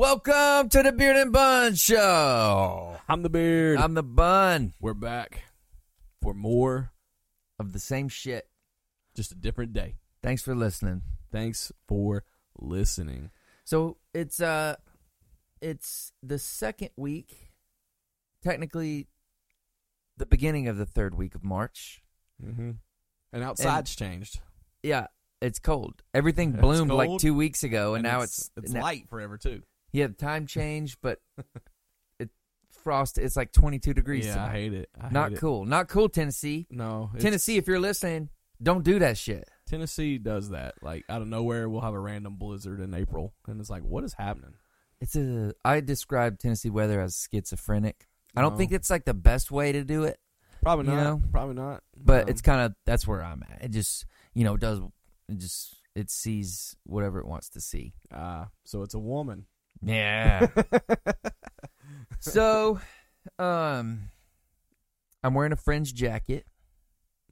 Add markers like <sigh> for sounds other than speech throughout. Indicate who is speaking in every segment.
Speaker 1: Welcome to the Beard and Bun Show.
Speaker 2: I'm the beard.
Speaker 1: I'm the bun
Speaker 2: We're back for more,
Speaker 1: of the same shit.
Speaker 2: just a different day.
Speaker 1: Thanks for listening.
Speaker 2: Thanks for listening.
Speaker 1: So it's uh, it's the second week, technically, the beginning of the third week of March.
Speaker 2: Mm-hmm. And outside's changed,
Speaker 1: Yeah, it's cold. Everything
Speaker 2: <laughs> It's
Speaker 1: bloomed like
Speaker 2: cold,
Speaker 1: two weeks ago, and,
Speaker 2: And
Speaker 1: now
Speaker 2: it's
Speaker 1: it's
Speaker 2: it's
Speaker 1: now-
Speaker 2: light forever too.
Speaker 1: Yeah, the time changed,
Speaker 2: <laughs>
Speaker 1: but it frost. It's like 22 degrees.
Speaker 2: yeah, I
Speaker 1: tonight.
Speaker 2: hate it. I
Speaker 1: Not
Speaker 2: hate it.
Speaker 1: cool. Not cool, Tennessee.
Speaker 2: No, it's-
Speaker 1: Tennessee, if you're listening, don't do that shit.
Speaker 2: Tennessee does that. Like out of nowhere, we'll have a random blizzard in April, and it's like, what is happening?
Speaker 1: It's a. I describe Tennessee weather as schizophrenic. I don't
Speaker 2: No.
Speaker 1: think it's like the best way to do it,
Speaker 2: Probably
Speaker 1: You
Speaker 2: not.
Speaker 1: know?
Speaker 2: Probably not.
Speaker 1: but
Speaker 2: Um,
Speaker 1: it's kind of that's where I'm at. It just you know it does it just it sees whatever it wants to see.
Speaker 2: uh, so it's a woman.
Speaker 1: Yeah. <laughs> so, um, I'm wearing a fringe jacket.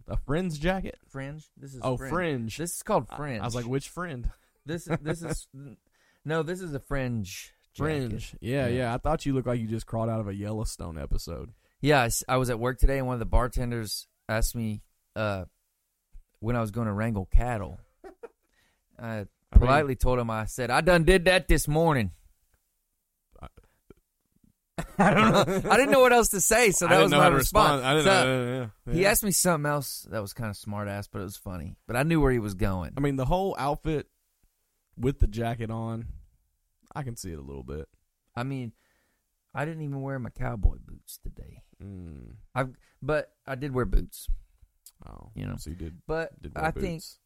Speaker 2: A friend's jacket.
Speaker 1: Fringe. This is
Speaker 2: Oh,
Speaker 1: fringe.
Speaker 2: fringe.
Speaker 1: This is called
Speaker 2: I-
Speaker 1: fringe.
Speaker 2: I, was like, which friend?
Speaker 1: this this is no, this is a fringe. jacket.
Speaker 2: Fringe.
Speaker 1: Yeah.
Speaker 2: Yeah, yeah. I thought you looked like you just crawled out of a Yellowstone episode.
Speaker 1: Yeah, I s- I was at work today, and one of the bartenders asked me uh, when I was going to wrangle <laughs> cattle. I
Speaker 2: I mean,
Speaker 1: politely told him, I said, I done did that this morning. <laughs> I don't know. <laughs> I didn't know what else to say, so that was my response. So He asked me something else that was kind of smart ass, but it was funny. But I knew where he was going.
Speaker 2: I mean, the whole outfit with the jacket on, I can see it a little bit.
Speaker 1: I mean, I didn't even wear my cowboy boots today,
Speaker 2: Mm.
Speaker 1: but I did wear boots.
Speaker 2: Oh,
Speaker 1: You know.
Speaker 2: so you did.
Speaker 1: But
Speaker 2: did wear
Speaker 1: I think
Speaker 2: boots.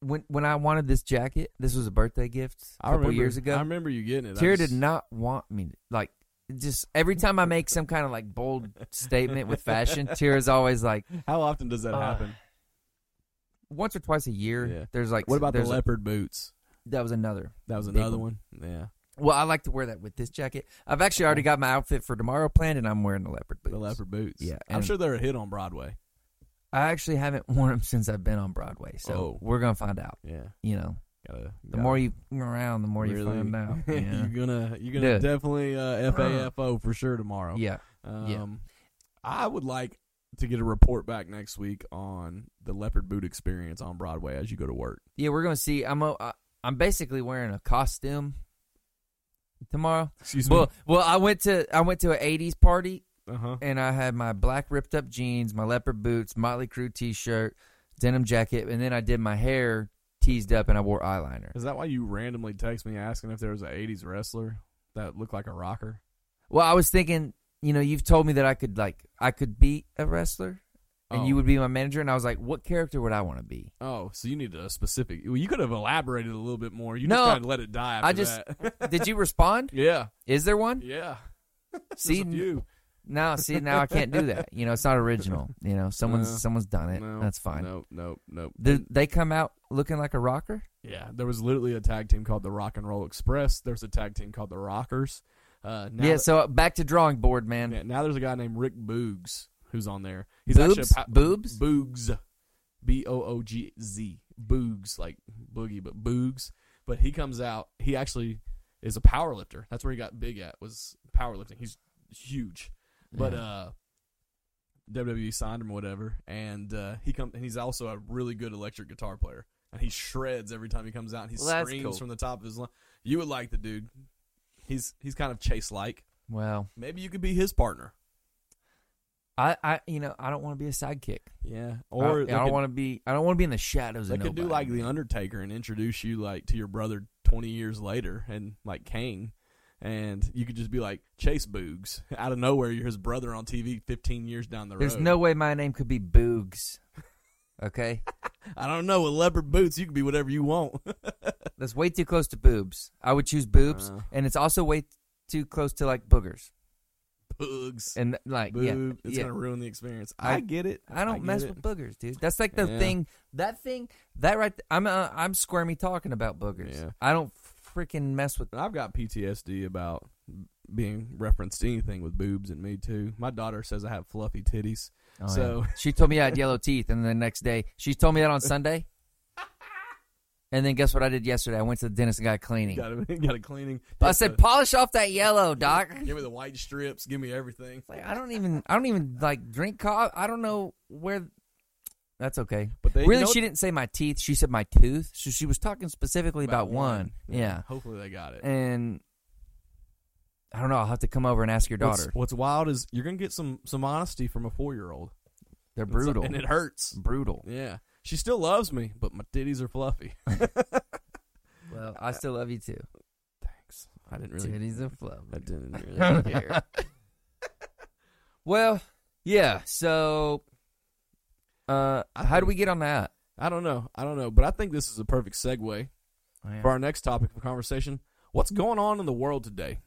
Speaker 1: when when I wanted this jacket, this was a birthday gift a
Speaker 2: I
Speaker 1: couple
Speaker 2: remember-
Speaker 1: years ago.
Speaker 2: I remember you getting it. I
Speaker 1: Tara
Speaker 2: just-
Speaker 1: did not want me to, like just every time I make some kind of like bold statement with
Speaker 2: <laughs>
Speaker 1: fashion, Tara's always like
Speaker 2: How often does that
Speaker 1: Uh,
Speaker 2: happen?
Speaker 1: once or twice a year.
Speaker 2: Yeah.
Speaker 1: There's like
Speaker 2: What about the
Speaker 1: there's a-
Speaker 2: leopard boots?
Speaker 1: that was another.
Speaker 2: That was
Speaker 1: big
Speaker 2: another one. Yeah,
Speaker 1: Well, I like to wear that with this jacket. I've actually already got my outfit for tomorrow planned, and I'm wearing the leopard boots.
Speaker 2: Oh. the leopard boots.
Speaker 1: Yeah,
Speaker 2: I'm
Speaker 1: and-
Speaker 2: sure they're a hit on Broadway.
Speaker 1: I actually haven't <laughs> worn them since I've been on Broadway, so
Speaker 2: Oh.
Speaker 1: we're gonna find out.
Speaker 2: Yeah,
Speaker 1: You know,
Speaker 2: gotta.
Speaker 1: the more you f***ing around, the more you find out. Yeah.
Speaker 2: <laughs> you're gonna you're gonna
Speaker 1: Dude.
Speaker 2: definitely uh, FAFO for sure tomorrow.
Speaker 1: yeah.
Speaker 2: Um,
Speaker 1: Yeah.
Speaker 2: I would like to get a report back next week on the leopard boot experience on Broadway as you go to work.
Speaker 1: Yeah, we're gonna see. I'm a, I, I'm basically wearing a costume tomorrow.
Speaker 2: Excuse
Speaker 1: Well, well, I went to I went to an '80s party
Speaker 2: me. Uh huh.
Speaker 1: and I had my black ripped up jeans, my leopard boots, Motley Crue T-shirt, denim jacket, and then I did my hair teased up and I wore eyeliner.
Speaker 2: Is that why you randomly text me asking if there was an '80s wrestler that looked like a rocker?
Speaker 1: Well, I was thinking, you know, you've told me that I could like I could be a wrestler and
Speaker 2: Oh.
Speaker 1: you would be my manager, and I was like, what character would I want to be?
Speaker 2: Oh, so you need a specific. Well, you could have elaborated a little bit more. You
Speaker 1: No,
Speaker 2: just kind of let it die. After
Speaker 1: I just-
Speaker 2: <laughs> that.
Speaker 1: Did you respond?
Speaker 2: yeah,
Speaker 1: Is there one?
Speaker 2: yeah.
Speaker 1: See,
Speaker 2: Just a few.
Speaker 1: now see now I can't do that. You know, it's not original. You know, someone's
Speaker 2: No.
Speaker 1: someone's done it.
Speaker 2: No,
Speaker 1: That's fine.
Speaker 2: No, no, no.
Speaker 1: Did they come out looking like a rocker?
Speaker 2: Yeah, there was literally a tag team called the Rock and Roll Express. There's a tag team called the Rockers. Uh, now
Speaker 1: yeah. So back to drawing board, man.
Speaker 2: Yeah, now there's a guy named Rick Boogs who's on there. He's
Speaker 1: Boobs?
Speaker 2: actually a
Speaker 1: Boobs?
Speaker 2: Boogs, B O O G Z Boogs like boogie, but Boogs. But he comes out. He actually is a power lifter. That's where he got big at was powerlifting. He's huge, but
Speaker 1: Yeah.
Speaker 2: uh, WWE signed him or whatever, and uh, he come and he's also a really good electric guitar player. And he shreds every time he comes out. And he
Speaker 1: Well, that's
Speaker 2: screams
Speaker 1: cool.
Speaker 2: from the top of his lung. You would like the dude. He's he's kind of chase like.
Speaker 1: Well,
Speaker 2: Maybe you could be his partner.
Speaker 1: I, I, you know, I don't want to be a sidekick.
Speaker 2: Yeah,
Speaker 1: Or
Speaker 2: or
Speaker 1: I,
Speaker 2: they
Speaker 1: don't
Speaker 2: could,
Speaker 1: want to be. I don't want to be in the shadows.
Speaker 2: they
Speaker 1: of
Speaker 2: could do
Speaker 1: nobody.
Speaker 2: like the Undertaker and introduce you like to your brother twenty years later, and like Kane, and you could just be like Chase Boogs <laughs> out of nowhere. You're his brother on TV fifteen years down the road.
Speaker 1: There's no way my name could be
Speaker 2: <laughs>
Speaker 1: Boogs. Okay,
Speaker 2: I don't know with leopard boots. You can be whatever you want. <laughs>
Speaker 1: that's way too close to boobs. I would choose boobs,
Speaker 2: Uh.
Speaker 1: and it's also way too close to like boogers
Speaker 2: Boogs,
Speaker 1: and like yeah,
Speaker 2: Boog. it's
Speaker 1: yeah.
Speaker 2: gonna ruin the experience.
Speaker 1: I-
Speaker 2: I, get it.
Speaker 1: I don't
Speaker 2: get
Speaker 1: mess
Speaker 2: it.
Speaker 1: with boogers, dude. That's like the
Speaker 2: Yeah.
Speaker 1: thing. That thing. That right. th- I'm uh, I'm squirmy talking about boogers.
Speaker 2: Yeah.
Speaker 1: I don't freaking mess with.
Speaker 2: And I've got PTSD about being referenced to anything with boobs and me too. My daughter says I have fluffy titties.
Speaker 1: Oh,
Speaker 2: So-
Speaker 1: <laughs>
Speaker 2: <laughs>
Speaker 1: yeah. she told me I had yellow teeth, and the next day she told me that on Sunday, And then guess what I did yesterday? I went to the dentist and got cleaning.
Speaker 2: Got <laughs> a, got a cleaning.
Speaker 1: I said, polish off that yellow,
Speaker 2: <laughs>
Speaker 1: doc.
Speaker 2: Give me the white strips. Give me everything.
Speaker 1: Like I don't even I don't even like drink coffee. I don't know where. That's okay.
Speaker 2: But they
Speaker 1: really,
Speaker 2: know-
Speaker 1: she didn't say my teeth. She said my tooth. So she was talking specifically about, one. Yeah.
Speaker 2: Hopefully they got it.
Speaker 1: And I don't know. I'll have to come over and ask your
Speaker 2: What's,
Speaker 1: daughter.
Speaker 2: what's wild is you're gonna get some some honesty from a four year <laughs> old.
Speaker 1: They're brutal.
Speaker 2: and it hurts.
Speaker 1: brutal.
Speaker 2: Yeah, she still loves me, but my titties are fluffy. <laughs>
Speaker 1: Well, I still love you too.
Speaker 2: Thanks. I didn't really.
Speaker 1: Titties are fluffy.
Speaker 2: I <laughs> didn't really care.
Speaker 1: Well, yeah. So, uh,
Speaker 2: I
Speaker 1: how do
Speaker 2: think-
Speaker 1: we get on that?
Speaker 2: I don't know. I don't know. But I think this is a perfect segue for our next topic of conversation. What's going on in the world today?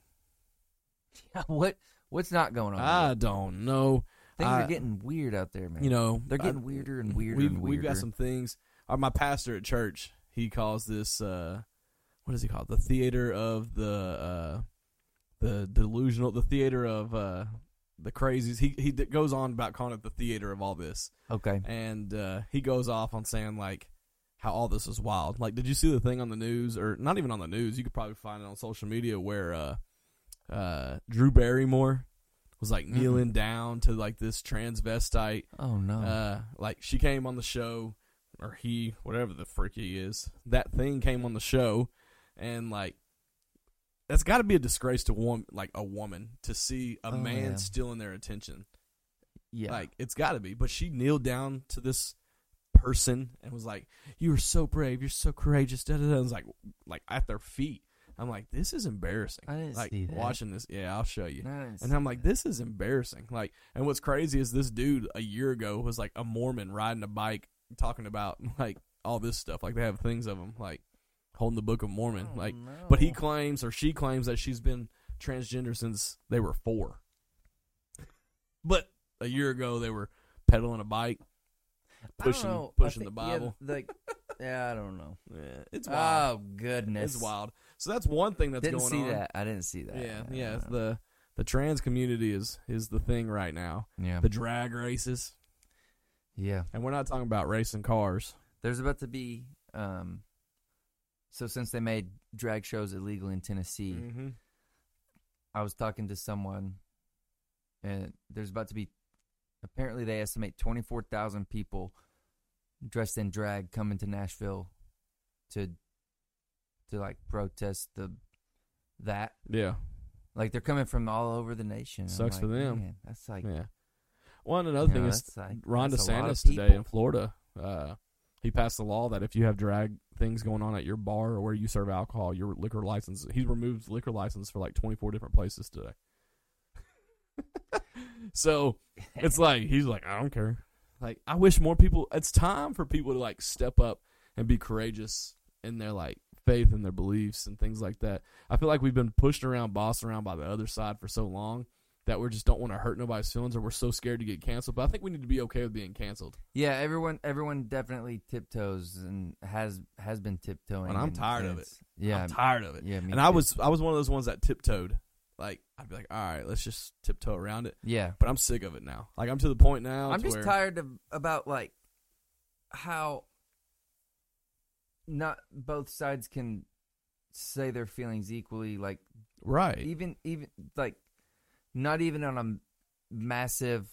Speaker 1: <laughs> what what's not going on?
Speaker 2: I don't know.
Speaker 1: Things
Speaker 2: I-
Speaker 1: are getting weird out there, man.
Speaker 2: Ah, You know,
Speaker 1: They're
Speaker 2: I-
Speaker 1: getting weirder and weirder
Speaker 2: Mm-hmm. We've,
Speaker 1: and
Speaker 2: we've got
Speaker 1: weirder.
Speaker 2: some things. Uh, my pastor at church, he calls this uh, what does he call it? The theater of the uh, the delusional, the theater of uh, the crazies. He he d- goes on about calling it the theater of all this,
Speaker 1: okay.
Speaker 2: and uh, he goes off on saying like how all this is wild. Like, did you see the thing on the news, or not even on the news? You could probably find it on social media where uh, uh, Drew Barrymore was like
Speaker 1: Mm.
Speaker 2: kneeling down to like this transvestite
Speaker 1: Oh no.
Speaker 2: uh, like she came on the show, or he, whatever the frick he is, that thing came on the show, and like that's got to be a disgrace to one, like a woman, to see a
Speaker 1: Oh,
Speaker 2: man
Speaker 1: yeah.
Speaker 2: stealing their attention.
Speaker 1: yeah.
Speaker 2: Like it's got to be. But she kneeled down to this person and was like, "You are so brave. You're so courageous." Da da da. I was like, like at their feet. I'm like, this is embarrassing.
Speaker 1: I didn't
Speaker 2: like
Speaker 1: see that.
Speaker 2: watching this. Yeah, I'll show you.
Speaker 1: Nice.
Speaker 2: And I'm like, this is embarrassing. Like, and what's crazy is this dude a year ago was like a Mormon riding a bike talking about <laughs> like all this stuff. Like they have things of him like holding the Book of Mormon.
Speaker 1: Oh,
Speaker 2: Like, but he claims or she claims that she's been transgender since they were four. But a year ago they were pedaling a bike,
Speaker 1: I don't
Speaker 2: pushing
Speaker 1: know. I
Speaker 2: pushing the
Speaker 1: think-
Speaker 2: Bible.
Speaker 1: Yeah,
Speaker 2: <laughs>
Speaker 1: like, yeah, I don't know.
Speaker 2: Yeah, Eh, it's wild.
Speaker 1: Oh goodness.
Speaker 2: it's wild. So that's one thing that's
Speaker 1: Didn't
Speaker 2: going
Speaker 1: see
Speaker 2: on.
Speaker 1: that. I didn't see that.
Speaker 2: Yeah, yeah. it's The the trans community is is the thing right now.
Speaker 1: yeah.
Speaker 2: The drag races.
Speaker 1: yeah.
Speaker 2: And we're not talking about racing cars.
Speaker 1: There's about to be. Um, so since they made drag shows illegal in Tennessee,
Speaker 2: Mm-hmm.
Speaker 1: I was talking to someone, and there's about to be. Apparently, they estimate 24,000 people dressed in drag coming to Nashville to to like protest the that.
Speaker 2: Yeah,
Speaker 1: Like they're coming from all over the nation. I'm
Speaker 2: Sucks
Speaker 1: like,
Speaker 2: for them.
Speaker 1: "Man, that's like
Speaker 2: yeah. Well, and another
Speaker 1: you know,
Speaker 2: thing is
Speaker 1: that's like-
Speaker 2: Ron
Speaker 1: that's a lot of
Speaker 2: DeSantis today
Speaker 1: people.
Speaker 2: in Florida, uh, he passed a law that if you have drag things going on at your bar or where you serve alcohol, your liquor license, he's removed liquor license for like 24 different places today. <laughs> so it's like, he's like, I don't care. Like, I wish more people, it's time for people to like step up and be courageous in their like faith and their beliefs and things like that. I feel like we've been pushed around, bossed around by the other side for so long that we just don't want to hurt nobody's feelings or we're so scared to get canceled. But I think we need to be okay with being canceled.
Speaker 1: Yeah, everyone, everyone definitely tiptoes and has has been tiptoeing.
Speaker 2: And I'm
Speaker 1: and-
Speaker 2: tired
Speaker 1: and
Speaker 2: of
Speaker 1: it's- Yeah,
Speaker 2: I'm tired of it.
Speaker 1: yeah, me
Speaker 2: and I
Speaker 1: too.
Speaker 2: was I was one of those ones that tiptoed. Like I'd be like, all right, let's just tiptoe around it.
Speaker 1: Yeah,
Speaker 2: But I'm sick of it now. Like I'm to the point now.
Speaker 1: I'm
Speaker 2: to
Speaker 1: just
Speaker 2: where-
Speaker 1: tired of about like how not both sides can say their feelings equally. Like
Speaker 2: Right.
Speaker 1: even even like not even on a m- massive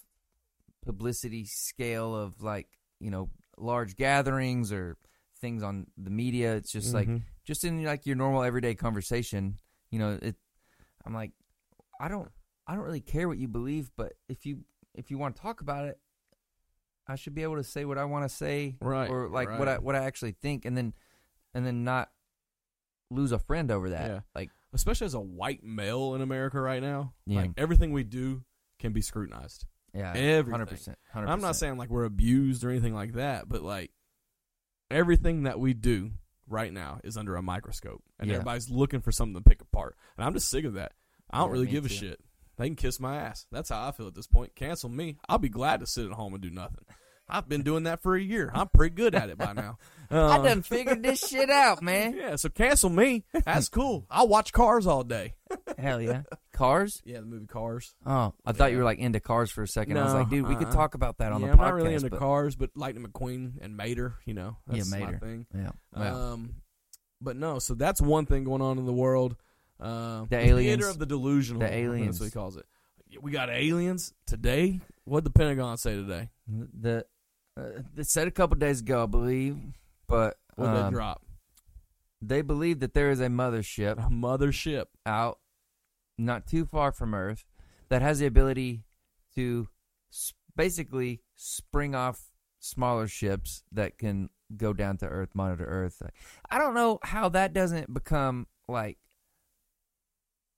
Speaker 1: publicity scale of like you know large gatherings or things on the media. It's just like
Speaker 2: Mhm.
Speaker 1: just in like your normal everyday conversation, you know, it I'm like I don't I don't really care what you believe, but if you if you want to talk about it, I should be able to say what I want to say
Speaker 2: Right,
Speaker 1: or like what I
Speaker 2: right.
Speaker 1: what I actually think and then and then not lose a friend over that.
Speaker 2: Yeah.
Speaker 1: Like
Speaker 2: especially as a white male in America right now.
Speaker 1: Yeah.
Speaker 2: Like everything we do can be scrutinized.
Speaker 1: yeah,
Speaker 2: Everything.
Speaker 1: 100%. 100%.
Speaker 2: i am not saying like we're abused or anything like that, but like everything that we do right now is under a microscope, and
Speaker 1: Yeah.
Speaker 2: everybody's looking for something to pick apart. And I'm just sick of that. I don't
Speaker 1: Yeah,
Speaker 2: really
Speaker 1: me
Speaker 2: give a
Speaker 1: too.
Speaker 2: shit. They can kiss my ass. That's how I feel at this point. Cancel me. I'll be glad to sit at home and do nothing. I've been doing that for a year. I'm pretty good at it by now.
Speaker 1: <laughs> I
Speaker 2: Um,
Speaker 1: done figured this shit out,
Speaker 2: <laughs>
Speaker 1: man.
Speaker 2: Yeah, so cancel me.
Speaker 1: <laughs>
Speaker 2: That's cool. I'll watch Cars all day.
Speaker 1: Hell yeah. Cars?
Speaker 2: Yeah, the movie Cars.
Speaker 1: Oh, I thought you were like into cars for a second. I was
Speaker 2: No,
Speaker 1: like, dude, we could
Speaker 2: uh-uh.
Speaker 1: talk about that on
Speaker 2: yeah,
Speaker 1: the
Speaker 2: I'm
Speaker 1: podcast.
Speaker 2: not really into
Speaker 1: but-
Speaker 2: cars, but Lightning McQueen and Mater, you know,
Speaker 1: Yeah,
Speaker 2: that's my
Speaker 1: Mater.
Speaker 2: thing.
Speaker 1: Yeah. Well,
Speaker 2: Um, But no, so that's one thing going on in the world. Uh,
Speaker 1: The aliens.
Speaker 2: theater of the delusional.
Speaker 1: The
Speaker 2: I think
Speaker 1: aliens.
Speaker 2: That's what he calls it. We got aliens today. What the Pentagon say today?
Speaker 1: The uh, they said a couple days ago, I believe, but
Speaker 2: What
Speaker 1: um,
Speaker 2: they drop?
Speaker 1: they believe that there is a mothership
Speaker 2: A mothership.
Speaker 1: out not too far from Earth that has the ability to s- basically spring off smaller ships that can go down to Earth, monitor Earth. I don't know how that doesn't become like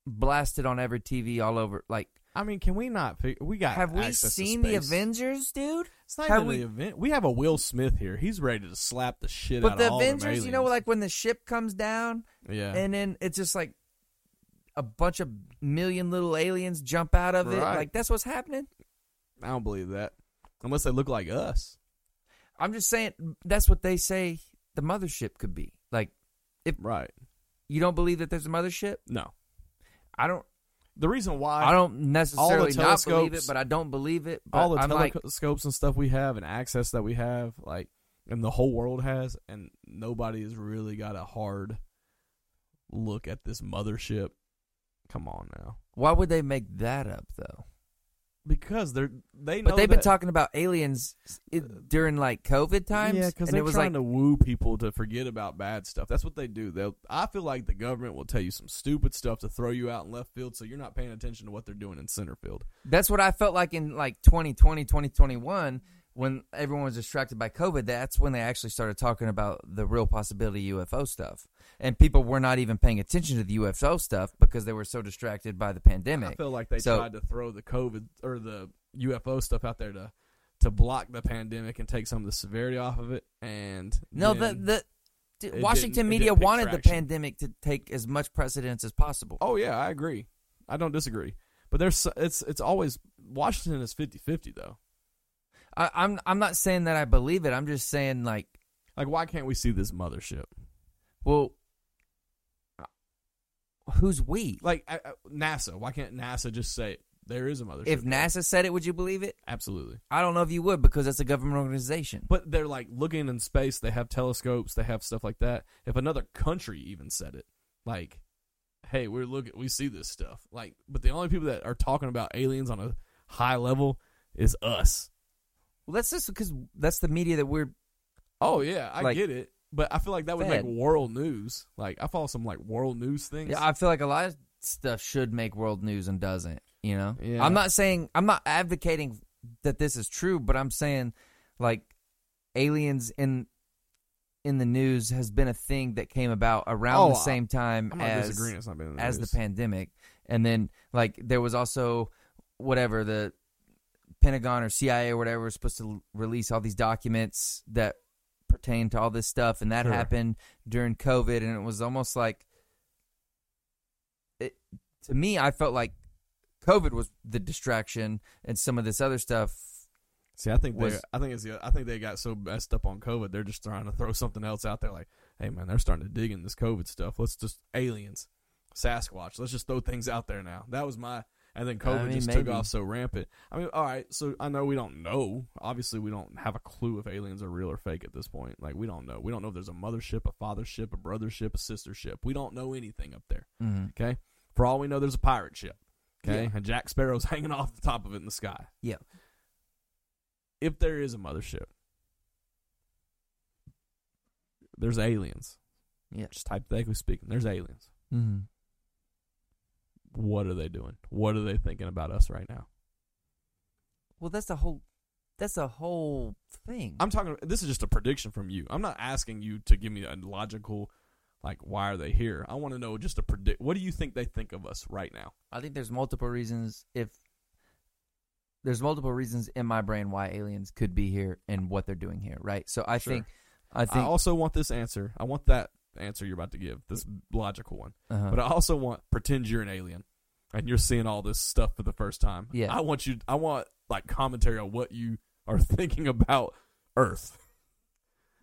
Speaker 1: blasted on every TV all over. Like,
Speaker 2: I mean, can we not? Fig- we got.
Speaker 1: have we
Speaker 2: access to
Speaker 1: seen the
Speaker 2: space.
Speaker 1: Avengers, dude?
Speaker 2: It's not
Speaker 1: Have
Speaker 2: even
Speaker 1: we-
Speaker 2: the event. We have a Will Smith here. He's ready to slap the shit
Speaker 1: But
Speaker 2: out
Speaker 1: the
Speaker 2: of all them
Speaker 1: Avengers, you know,
Speaker 2: aliens.
Speaker 1: like when the ship comes down
Speaker 2: yeah.
Speaker 1: and then it's just like a bunch of million little aliens jump out of it.
Speaker 2: Right.
Speaker 1: Like that's what's happening.
Speaker 2: I don't believe that unless they look like us.
Speaker 1: I'm just saying that's what they say the mothership could be. Like
Speaker 2: Right.
Speaker 1: you don't believe that there's a mothership?
Speaker 2: No.
Speaker 1: I don't.
Speaker 2: The reason why
Speaker 1: I don't necessarily not believe it,
Speaker 2: telescopes-
Speaker 1: but I don't believe it. But
Speaker 2: all the
Speaker 1: I'm like,
Speaker 2: telescopes and stuff we have and access that we have, like, and the whole world has, and nobody has really got a hard look at this mothership. Come on now,
Speaker 1: why would they make that up though?
Speaker 2: because they're they know
Speaker 1: But they've been
Speaker 2: that-
Speaker 1: talking about aliens it, during like COVID times.
Speaker 2: Yeah, because
Speaker 1: and
Speaker 2: they're
Speaker 1: it was
Speaker 2: trying
Speaker 1: like,
Speaker 2: to woo people to forget about bad stuff. That's what they do. They'll, I feel like the government will tell you some stupid stuff to throw you out in left field, so you're not paying attention to what they're doing in center field.
Speaker 1: That's what I felt like in like 2020, 2021, when everyone was distracted by COVID. That's when they actually started talking about the real possibility of UFO stuff. And people were not even paying attention to the UFO stuff because they were so distracted by the
Speaker 2: I
Speaker 1: pandemic.
Speaker 2: feel like they
Speaker 1: So-
Speaker 2: tried to throw the COVID or the UFO stuff out there to to block the pandemic and take some of the severity off of it. And
Speaker 1: No, the,
Speaker 2: then-
Speaker 1: the d-
Speaker 2: didn't- it
Speaker 1: Washington
Speaker 2: didn't
Speaker 1: media
Speaker 2: pick
Speaker 1: wanted the
Speaker 2: traction.
Speaker 1: pandemic to take as much precedence as possible.
Speaker 2: oh yeah, I agree. I don't disagree. But there's it's it's always Washington is 50-50 though.
Speaker 1: I, I'm I'm not saying that I believe it. I'm just saying like,
Speaker 2: Like why can't we see this mothership?
Speaker 1: well, who's we?
Speaker 2: Like I, I, NASA, why can't NASA just say there is a mothership?
Speaker 1: If
Speaker 2: there?"
Speaker 1: NASA said it, would you believe it?
Speaker 2: absolutely.
Speaker 1: I don't know if you would because that's a government organization.
Speaker 2: But they're like looking in space. They have telescopes. They have stuff like that. If another country even said it, like, "Hey, we're looking. We see this stuff." Like, but the only people that are talking about aliens on a high level is us.
Speaker 1: Well, that's just because that's the media that we're.
Speaker 2: Oh yeah, I
Speaker 1: Like-
Speaker 2: get it. But I feel like that would
Speaker 1: Fed.
Speaker 2: make world news. Like I follow some like world news things.
Speaker 1: Yeah, I feel like a lot of stuff should make world news and doesn't. You know,
Speaker 2: Yeah.
Speaker 1: I'm not saying I'm not advocating that this is true, but I'm saying like aliens in in the news has been a thing that came about around
Speaker 2: Oh,
Speaker 1: the
Speaker 2: I-
Speaker 1: same time
Speaker 2: am not
Speaker 1: as
Speaker 2: disagreeing. It's not been in the
Speaker 1: as the
Speaker 2: news.
Speaker 1: pandemic, and then like there was also whatever the Pentagon or CIA or whatever was supposed to l- release all these documents that pertain to all this stuff, and that
Speaker 2: Sure.
Speaker 1: happened during COVID, and it was almost like it to me. I felt like COVID was the distraction, and some of this other stuff.
Speaker 2: See, I think they,
Speaker 1: was-
Speaker 2: I think it's the, I think they got so messed up on COVID, they're just trying to throw something else out there. Like, hey man, they're starting to dig in this COVID stuff. Let's just aliens, Sasquatch. Let's just throw things out there now. That was my, and then COVID
Speaker 1: mean,
Speaker 2: just took
Speaker 1: maybe.
Speaker 2: off so rampant. I mean, all right, so I know we don't know. Obviously, we don't have a clue if aliens are real or fake at this point. Like, we don't know. We don't know if there's a mothership, a fathership, a brothership, a sistership. We don't know anything up there.
Speaker 1: Mhm.
Speaker 2: Okay, for all we know, there's a pirate ship. Okay,
Speaker 1: Yeah.
Speaker 2: and Jack Sparrow's <laughs> hanging off the top of it in the sky if there is a mothership, there's aliens.
Speaker 1: Yeah.
Speaker 2: Just hypothetically speaking, there's aliens.
Speaker 1: Mhm.
Speaker 2: What are they doing? What are they thinking about us right now?
Speaker 1: Well, that's the whole. That's the whole thing.
Speaker 2: I'm talking. This is just a prediction from you. I'm not asking you to give me a logical, like, why are they here? I want to know just a predict. What do you think they think of us right now?
Speaker 1: I think there's multiple reasons if there's multiple reasons in my brain why aliens could be here and what they're doing here, right? So I
Speaker 2: Sure.
Speaker 1: think I
Speaker 2: I,
Speaker 1: think
Speaker 2: also want this answer. I want that answer you're about to give. This logical one.
Speaker 1: uh-huh.
Speaker 2: But uh, I also want pretend you're an alien and you're seeing all this stuff for the first time.
Speaker 1: Yeah.
Speaker 2: I want you I want like commentary on what you are <laughs> thinking about Earth.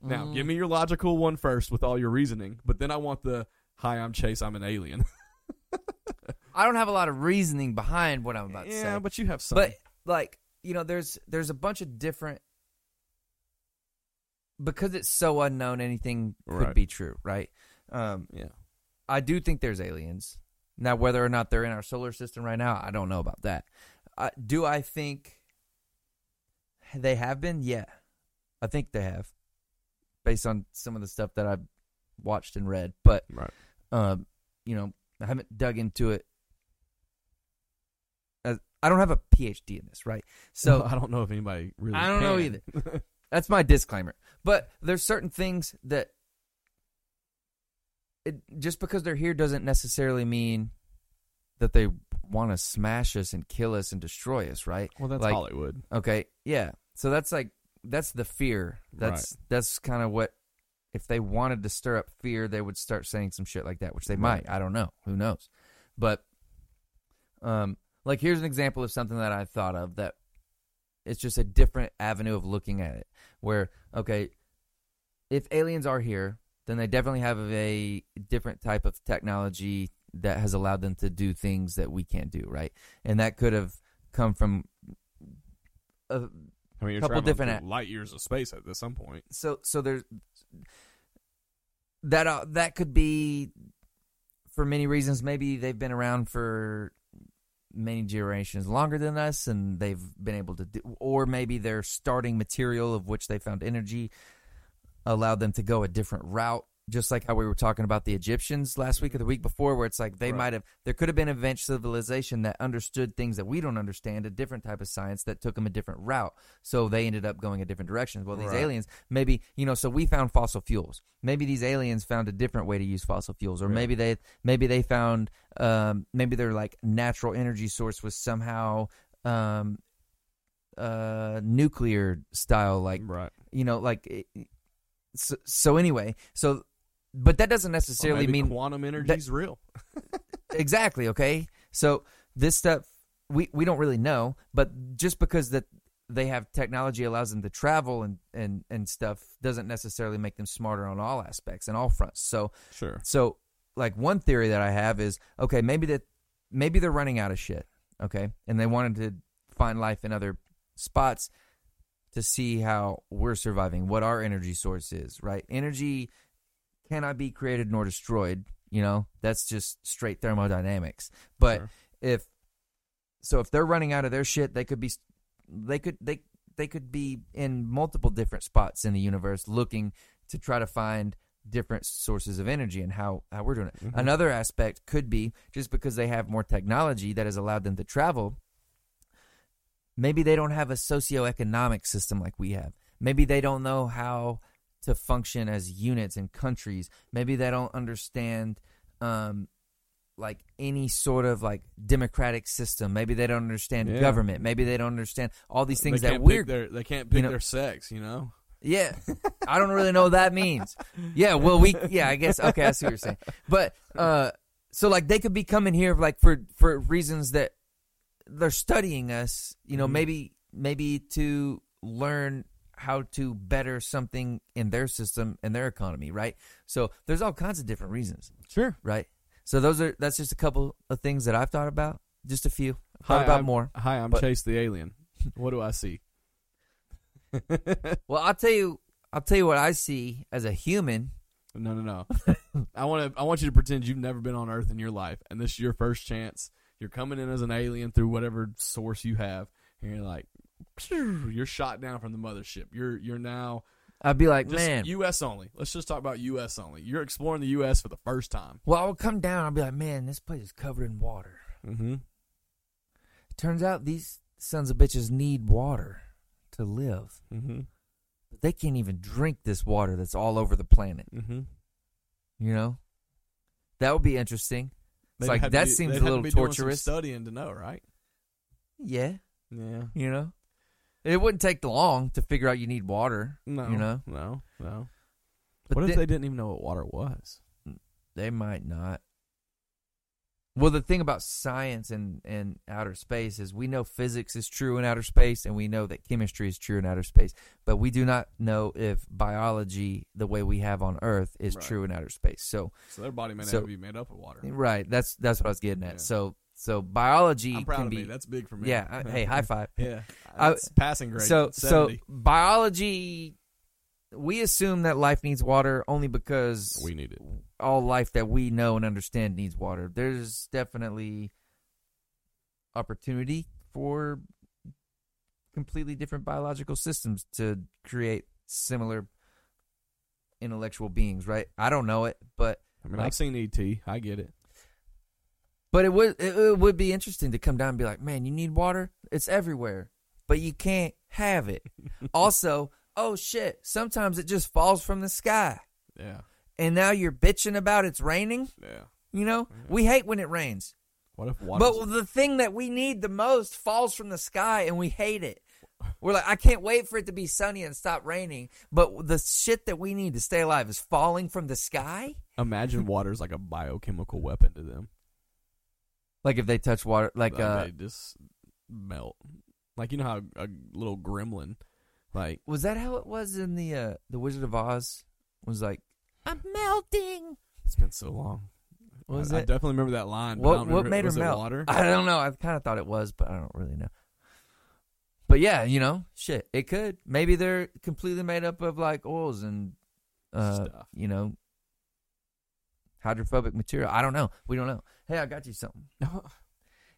Speaker 2: Now,
Speaker 1: Mm,
Speaker 2: give me your logical one first with all your reasoning, but then I want the hi, I'm Chase, I'm an alien.
Speaker 1: I don't have a lot of reasoning behind what I'm about to say.
Speaker 2: yeah, but you have some.
Speaker 1: but like you know there's there's a bunch of different because it's so unknown anything could
Speaker 2: Right.
Speaker 1: be true right Um,
Speaker 3: Yeah.
Speaker 1: I do think there's aliens. Now, whether or not they're in our solar system right now, I don't know about that. I, do I think they have been? Yeah, I think they have, based on some of the stuff that I've watched and read. But
Speaker 3: Right.
Speaker 1: um, you know, I haven't dug into it. As, I don't have a PhD in this, right?
Speaker 2: <laughs>
Speaker 1: So
Speaker 3: <laughs> I don't know if anybody really.
Speaker 1: I don't know
Speaker 3: can. <laughs>
Speaker 1: that's my disclaimer. But there's certain things that it, just because they're here doesn't necessarily mean that they want to smash us and kill us and destroy us, right?
Speaker 3: well, that's
Speaker 1: Like-
Speaker 3: Hollywood.
Speaker 1: Okay. Yeah. So that's like that's the fear. That's that's kind of what if they wanted to stir up fear, they would start saying some shit like that, which they
Speaker 3: Right.
Speaker 1: might. I don't know. Who knows? But um like here's an example of something that I thought of that it's just a different avenue of looking at it where okay, if aliens are here, then they definitely have a different type of technology that has allowed them to do things that we can't do, right? And that could have come from uh,
Speaker 3: I mean, you're
Speaker 1: Couple
Speaker 3: traveling
Speaker 1: different
Speaker 3: through light years of space at, at some point.
Speaker 1: so so there's that uh, that could be for many reasons maybe they've been around for many generations longer than us and they've been able to do, or maybe their starting material of which they found energy allowed them to go a different route just like how we were talking about the Egyptians last week or the week before where it's like they
Speaker 3: Right.
Speaker 1: might have there could have been advanced civilization that understood things that we don't understand a different type of science that took them a different route so they ended up going a different direction well these
Speaker 3: Right.
Speaker 1: aliens maybe you know so we found fossil fuels maybe these aliens found a different way to use fossil fuels or
Speaker 3: Yeah.
Speaker 1: maybe they maybe they found um, maybe their like natural energy source was somehow um, uh, nuclear style like
Speaker 3: right.
Speaker 1: you know like it, so, so anyway so but that doesn't
Speaker 3: Or
Speaker 1: necessarily
Speaker 3: maybe
Speaker 1: mean
Speaker 3: quantum energy's real.
Speaker 1: exactly okay so this stuff we we don't really know but just because that they have technology allows them to travel and and and stuff doesn't necessarily make them smarter on all aspects and all fronts so
Speaker 3: Sure.
Speaker 1: so like one theory that i have is okay maybe that maybe they're running out of shit okay and they wanted to find life in other spots to see how we're surviving what our energy source is right energy cannot be created nor destroyed you know that's just straight thermodynamics but
Speaker 3: Sure.
Speaker 1: if so if they're running out of their shit they could be they could they they could be in multiple different spots in the universe looking to try to find different sources of energy and how, how we're doing it
Speaker 3: Mhm.
Speaker 1: another aspect could be just because they have more technology that has allowed them to travel maybe they don't have a socioeconomic system like we have maybe they don't know how to function as units and countries maybe they don't understand um, like any sort of like democratic system maybe they don't understand
Speaker 3: Yeah.
Speaker 1: government maybe they don't understand all these things
Speaker 3: they
Speaker 1: that
Speaker 3: can't
Speaker 1: we're
Speaker 3: pick their, they can't pick
Speaker 1: know-
Speaker 3: their sex. You know.
Speaker 1: <laughs> yeah i don't really know what that means yeah well we yeah i guess okay i see what you're saying but uh so like they could be coming here like for for reasons that they're studying us you know
Speaker 3: Mhm.
Speaker 1: maybe maybe to learn how to better something in their system and their economy right so there's all kinds of different reasons
Speaker 3: Sure.
Speaker 1: right? So those are that's just a couple of things that I've thought about, just a few. I've thought
Speaker 3: Hi,
Speaker 1: about
Speaker 3: I'm-
Speaker 1: more.
Speaker 3: Hi, I'm
Speaker 1: But-
Speaker 3: Chase the alien. <laughs> What do I see?
Speaker 1: Well, I'll tell you, I'll tell you what I see as a human.
Speaker 3: No, no, no.
Speaker 1: <laughs>
Speaker 3: I want to. I want you to pretend you've never been on Earth in your life, and this is your first chance. You're coming in as an alien through whatever source you have, and you're like, <laughs> phew, you're shot down from the mothership. You're you're now
Speaker 1: I'd be like,
Speaker 3: just
Speaker 1: man.
Speaker 3: U.S. only. Let's just talk about U.S. only. You're exploring the U.S. for the first time.
Speaker 1: well, I would come down. I'd be like, man, this place is covered in water.
Speaker 3: Mm-hmm.
Speaker 1: turns out these sons of bitches need water to live,
Speaker 3: Mm-hmm.
Speaker 1: but they can't even drink this water that's all over the planet.
Speaker 3: Mm-hmm.
Speaker 1: You know, that would be interesting. It's like that seems a little torturous.
Speaker 3: Studying to know, right?
Speaker 1: Yeah,
Speaker 3: Yeah.
Speaker 1: you know, it wouldn't take long to figure out you need water.
Speaker 3: No.
Speaker 1: you know,
Speaker 3: No. No.
Speaker 1: but
Speaker 3: what
Speaker 1: then-
Speaker 3: if they didn't even know what water was?
Speaker 1: They might not. Well, the thing about science and, and outer space is we know physics is true in outer space and we know that chemistry is true in outer space, but we do not know if biology, the way we have on Earth, is
Speaker 3: Right.
Speaker 1: true in outer space. So,
Speaker 3: So their body may
Speaker 1: So-
Speaker 3: not be made up of water.
Speaker 1: right, that's that's what I was getting at.
Speaker 3: Yeah.
Speaker 1: So, so biology
Speaker 3: I'm proud
Speaker 1: can
Speaker 3: of
Speaker 1: be
Speaker 3: me. That's big for me.
Speaker 1: yeah.
Speaker 3: <laughs>
Speaker 2: <laughs>
Speaker 1: I- hey, high five.
Speaker 3: Yeah,
Speaker 1: I-
Speaker 3: that's passing grade.
Speaker 1: so so
Speaker 3: 70.
Speaker 1: biology we assume that life needs water only because
Speaker 2: We need it.
Speaker 1: all life that we know and understand needs water. There's definitely opportunity for completely different biological systems to create similar intellectual beings, right? I don't know it, but
Speaker 2: I mean,
Speaker 1: Like-
Speaker 2: I've seen ET. I get it.
Speaker 1: but it would it, it would be interesting to come down and be like, "Man, you need water? It's everywhere, but you can't have it." also, oh shit, sometimes it just falls from the sky.
Speaker 3: Yeah.
Speaker 1: And now you're bitching about it's raining,
Speaker 2: Yeah.
Speaker 1: you know? We hate when it rains.
Speaker 2: What if water?
Speaker 1: But the thing that we need the most falls from the sky and we hate it. We're like, I can't wait for it to be sunny and stop raining. But the shit that we need to stay alive is falling from the sky.
Speaker 2: imagine water's like a biochemical weapon to them.
Speaker 1: Like if they touch water, like uh,
Speaker 2: they just melt. Like you know how a little gremlin, like
Speaker 1: was that how it was in the uh, the Wizard of Oz? Was like, I'm melting.
Speaker 2: it's been so long.
Speaker 1: What was
Speaker 2: I, I
Speaker 1: it?
Speaker 2: definitely remember that line. but I
Speaker 1: What
Speaker 2: don't
Speaker 1: what
Speaker 2: remember-
Speaker 1: made her
Speaker 2: was it
Speaker 1: melt?
Speaker 2: Water.
Speaker 1: I don't know. I kind of thought it was, but I don't really know. But yeah, you know, shit, it could. Maybe they're completely made up of like oils and uh,
Speaker 2: Stuff.
Speaker 1: you know, hydrophobic material. I don't know. We don't know. Hey, I got you
Speaker 2: <laughs>
Speaker 1: something.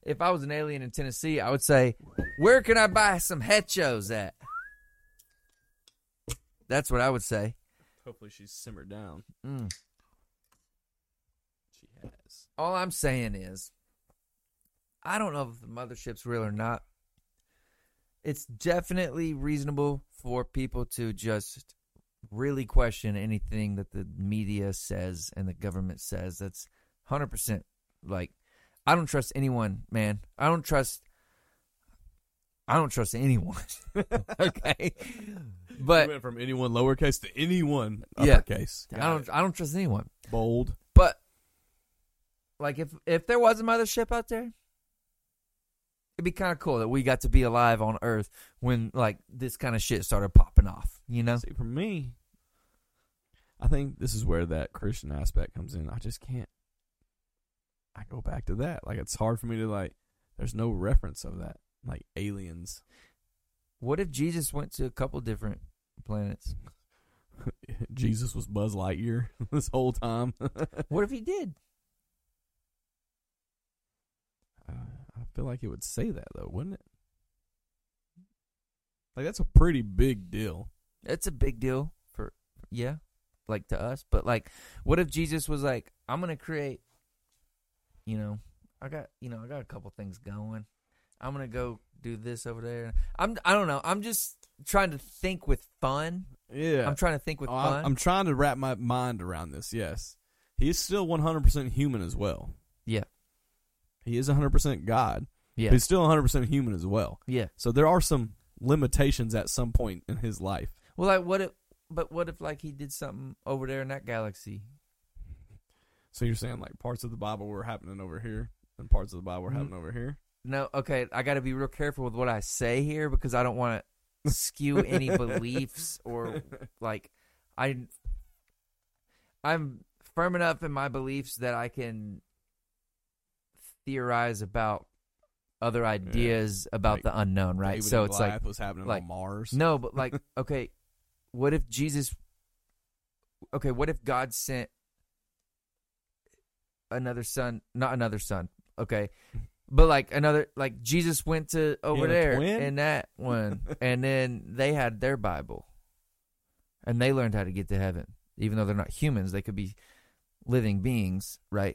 Speaker 1: If I was an alien in Tennessee, I would say, "Where can I buy some hechos at?" That's what I would say.
Speaker 2: Hopefully she's simmered down.
Speaker 1: Mm.
Speaker 2: She has.
Speaker 1: all I'm saying is, I don't know if the mothership's real or not. It's definitely reasonable for people to just really question anything that the media says and the government says. That's 100% like, I don't trust anyone, man. I don't trust. I don't trust anyone. <laughs>
Speaker 2: <laughs>
Speaker 1: okay,
Speaker 2: But
Speaker 1: but
Speaker 2: went from anyone lowercase to anyone
Speaker 1: Yeah.
Speaker 2: uppercase.
Speaker 1: I don't. I don't trust anyone.
Speaker 2: Bold.
Speaker 1: But like if if there was a mothership out there, it'd be kind of cool that we got to be alive on Earth when like this kind of shit started popping off. You know?
Speaker 2: See, for me, I think this is where that Christian aspect comes in. I just can't. I go back to that. Like it's hard for me to like. There's no reference of that. Like aliens. <laughs>
Speaker 1: What if Jesus went to a couple different planets?
Speaker 2: Jesus was Buzz Lightyear <laughs> this whole time. <laughs>
Speaker 1: What if he did?
Speaker 2: Uh, I feel like it would say that though, wouldn't it? Like that's a pretty big deal.
Speaker 1: That's a big deal for yeah, like to us. But like, what if Jesus was like, I'm gonna create, you know, I got you know I got a couple things going. I'm gonna go do this over there. I'm I don't know. I'm just trying to think with fun.
Speaker 2: Yeah,
Speaker 1: I'm trying to think with
Speaker 2: Oh, I'm-
Speaker 1: fun.
Speaker 2: I'm trying to wrap my mind around this. Yes, he is still 100% human as well.
Speaker 1: Yeah.
Speaker 2: he is 100% God.
Speaker 1: yeah,
Speaker 2: but he's still 100% human as well.
Speaker 1: yeah.
Speaker 2: So there are some limitations at some point in his life.
Speaker 1: Well, like what if? But what if like he did something over there in that galaxy?
Speaker 2: So you're saying like parts of the Bible were happening over here, and parts of the Bible were
Speaker 1: Mm.
Speaker 2: happening over here.
Speaker 1: No, okay. I got to be real careful with what I say here because I don't want to skew
Speaker 2: <laughs>
Speaker 1: any beliefs or like I. I'm firm enough in my beliefs that I can theorize about other ideas about
Speaker 2: Like
Speaker 1: the unknown, right?
Speaker 2: David
Speaker 1: so
Speaker 2: and
Speaker 1: it's like
Speaker 2: Goliath was happening
Speaker 1: like-
Speaker 2: on Mars.
Speaker 1: No,
Speaker 2: <laughs>
Speaker 1: but like, okay, what if Jesus? Okay, what if God sent another son? Not another son. Okay, but like another, like Jesus went to over
Speaker 2: had a
Speaker 1: there
Speaker 2: twin?
Speaker 1: and that
Speaker 2: <laughs>
Speaker 1: one, and then they had their Bible, and they learned how to get to heaven. Even though they're not humans, they could be living beings, right?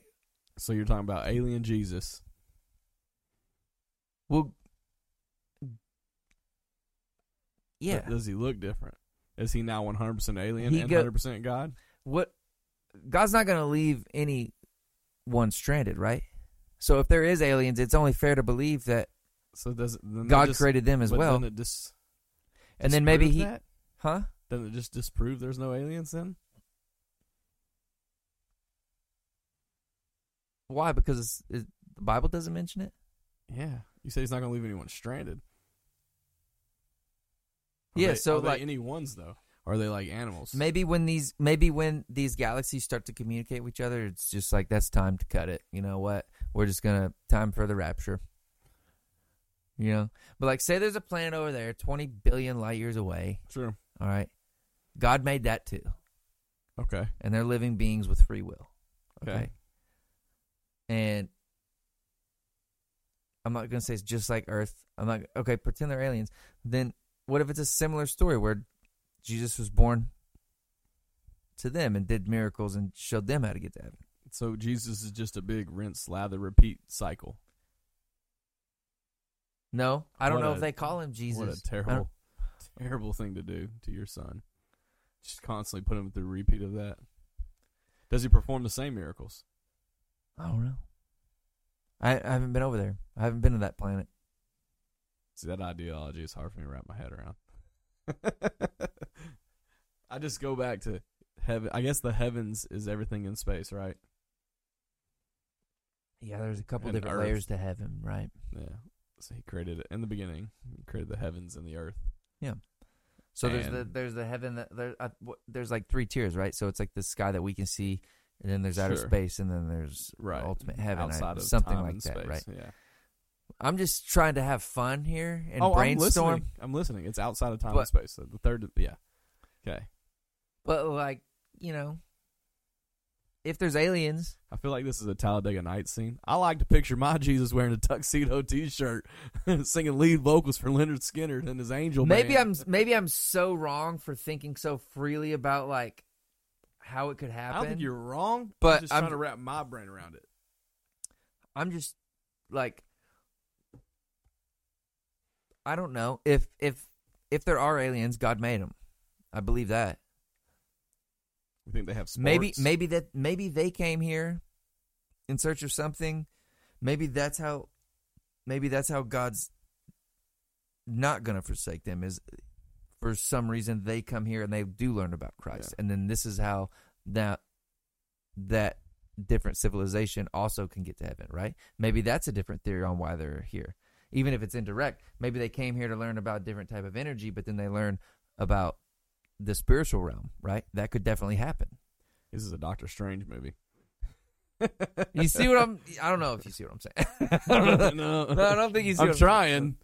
Speaker 2: So you're talking about alien Jesus.
Speaker 1: Well,
Speaker 2: But
Speaker 1: yeah.
Speaker 2: Does he look different? Is he now 100% alien
Speaker 1: He
Speaker 2: and
Speaker 1: go-
Speaker 2: 100% God?
Speaker 1: what God's not going to leave anyone stranded, right? So if there is aliens, it's only fair to believe that
Speaker 2: So does it, then that
Speaker 1: God
Speaker 2: just-
Speaker 1: created them as
Speaker 2: but
Speaker 1: well.
Speaker 2: Then it dis-
Speaker 1: and then maybe
Speaker 2: disprove
Speaker 1: he,
Speaker 2: that?
Speaker 1: huh?
Speaker 2: Doesn't it just disprove there's no aliens then?
Speaker 1: Why? Because it's, it, the Bible doesn't mention it.
Speaker 2: Yeah. You say he's not going to leave anyone stranded. Are
Speaker 1: Yeah,
Speaker 2: they-
Speaker 1: so,
Speaker 2: are they
Speaker 1: like-
Speaker 2: any ones though? Or are they like animals?
Speaker 1: Maybe when these, maybe when these galaxies start to communicate with each other, it's just like that's time to cut it. You know what? We're just gonna time for the rapture. You know, but like, say there's a planet over there, 20 billion light years away.
Speaker 2: True.
Speaker 1: All right. God made that too,
Speaker 2: Okay.
Speaker 1: and they're living beings with free will.
Speaker 2: Okay.
Speaker 1: Okay. And I'm not gonna say it's just like Earth. I'm not okay. Pretend they're aliens. Then what if it's a similar story where Jesus was born to them and did miracles and showed them how to get to heaven?
Speaker 2: So Jesus is just a big rinse, slather, repeat cycle.
Speaker 1: No, I don't
Speaker 2: What
Speaker 1: know
Speaker 2: a-
Speaker 1: if they call him Jesus.
Speaker 2: What a terrible, terrible thing to do to your son. Just constantly put him through a repeat of that. Does he perform the same miracles?
Speaker 1: I don't know. I, I haven't been over there. I haven't been to that planet.
Speaker 2: See, that ideology is hard for me to wrap my head around. <laughs> I just go back to heaven. I guess the heavens is everything in space, right?
Speaker 1: Yeah, there's a couple
Speaker 2: And
Speaker 1: different
Speaker 2: Earth.
Speaker 1: layers to heaven, right?
Speaker 2: Yeah. So he created it in the beginning. He created the heavens and the earth.
Speaker 1: So there's the
Speaker 2: And-
Speaker 1: there's the heaven that there, uh, wh- there's like three tiers, right? So it's like the sky that we can see, and then there's outer
Speaker 2: Sure.
Speaker 1: space, and then there's
Speaker 2: Right.
Speaker 1: ultimate heaven, I-
Speaker 2: Outside of
Speaker 1: something
Speaker 2: time
Speaker 1: like
Speaker 2: and
Speaker 1: that,
Speaker 2: space.
Speaker 1: right?
Speaker 2: Yeah.
Speaker 1: I'm just trying to have fun here and
Speaker 2: oh, I'm
Speaker 1: brainstorm,
Speaker 2: listening. I'm listening. It's outside of time
Speaker 1: But-
Speaker 2: and space. So the third, yeah. Okay.
Speaker 1: but like you know, if there's aliens,
Speaker 2: I feel like this is a Talladega Nights scene. I like to picture my <laughs> Jesus wearing a tuxedo T-shirt, <laughs> singing lead vocals for Leonard Skinner and his angel.
Speaker 1: maybe
Speaker 2: band.
Speaker 1: I'm maybe I'm so wrong for thinking so freely about like how it could
Speaker 2: I
Speaker 1: happen.
Speaker 2: don't think you're wrong,
Speaker 1: But
Speaker 2: I'm just
Speaker 1: I'm-
Speaker 2: trying to wrap my brain around it.
Speaker 1: I'm just like I don't know if if if there are aliens, God made them. I believe that.
Speaker 2: We think they have sports.
Speaker 1: Maybe maybe that maybe they came here in search of something. Maybe that's how maybe that's how God's not going to forsake them is for some reason they come here and they do learn about Christ.
Speaker 2: Yeah.
Speaker 1: And then this is how that that different civilization also can get to heaven, right? Maybe that's a different theory on why they're here. Even if it's indirect, maybe they came here to learn about different type of energy, but then they learn about the spiritual realm, right? That could definitely happen.
Speaker 2: this is a Doctor Strange movie.
Speaker 1: <laughs> You see what
Speaker 2: <laughs>
Speaker 1: I'm? I don't know if you see what I'm saying. <laughs> I don't know.
Speaker 2: no,
Speaker 1: No, I don't think you see.
Speaker 2: I'm
Speaker 1: what
Speaker 2: trying,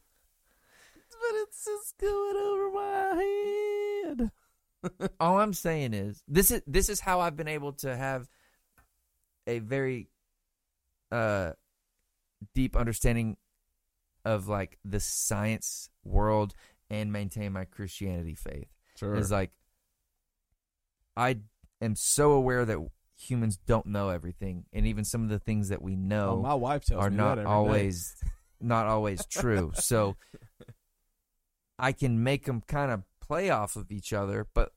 Speaker 2: but it's just going over my head. <laughs>
Speaker 1: All I'm saying is this is this is how I've been able to have a very uh deep understanding of like the science world and maintain my Christianity faith.
Speaker 2: Sure.
Speaker 1: Is uh, like I am so aware that humans don't know everything, and even some of the things that we know.
Speaker 2: Oh, my wife tells
Speaker 1: are
Speaker 2: me
Speaker 1: not
Speaker 2: that every day.
Speaker 1: always not always true. So I can make them kind of play off of each other, but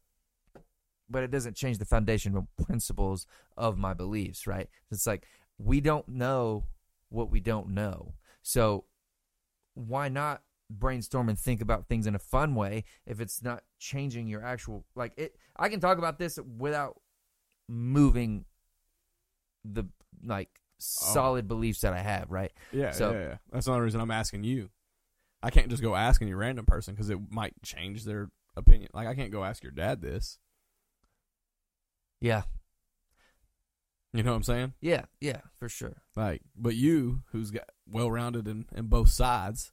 Speaker 1: but it doesn't change the foundational principles of my beliefs, right? It's like we don't know what we don't know. So why not brainstorm and think about things in a fun way if it's not changing your actual like it I can talk about this without moving the like solid beliefs that I have, right?
Speaker 2: Yeah,
Speaker 1: So-
Speaker 2: yeah, yeah. That's another reason I'm asking you. I can't just go ask any random person because it might change their opinion. Like I can't go ask your dad this.
Speaker 1: Yeah.
Speaker 2: You know what I'm saying?
Speaker 1: Yeah, yeah, for sure.
Speaker 2: Like, but you, who's got well rounded in, in both sides,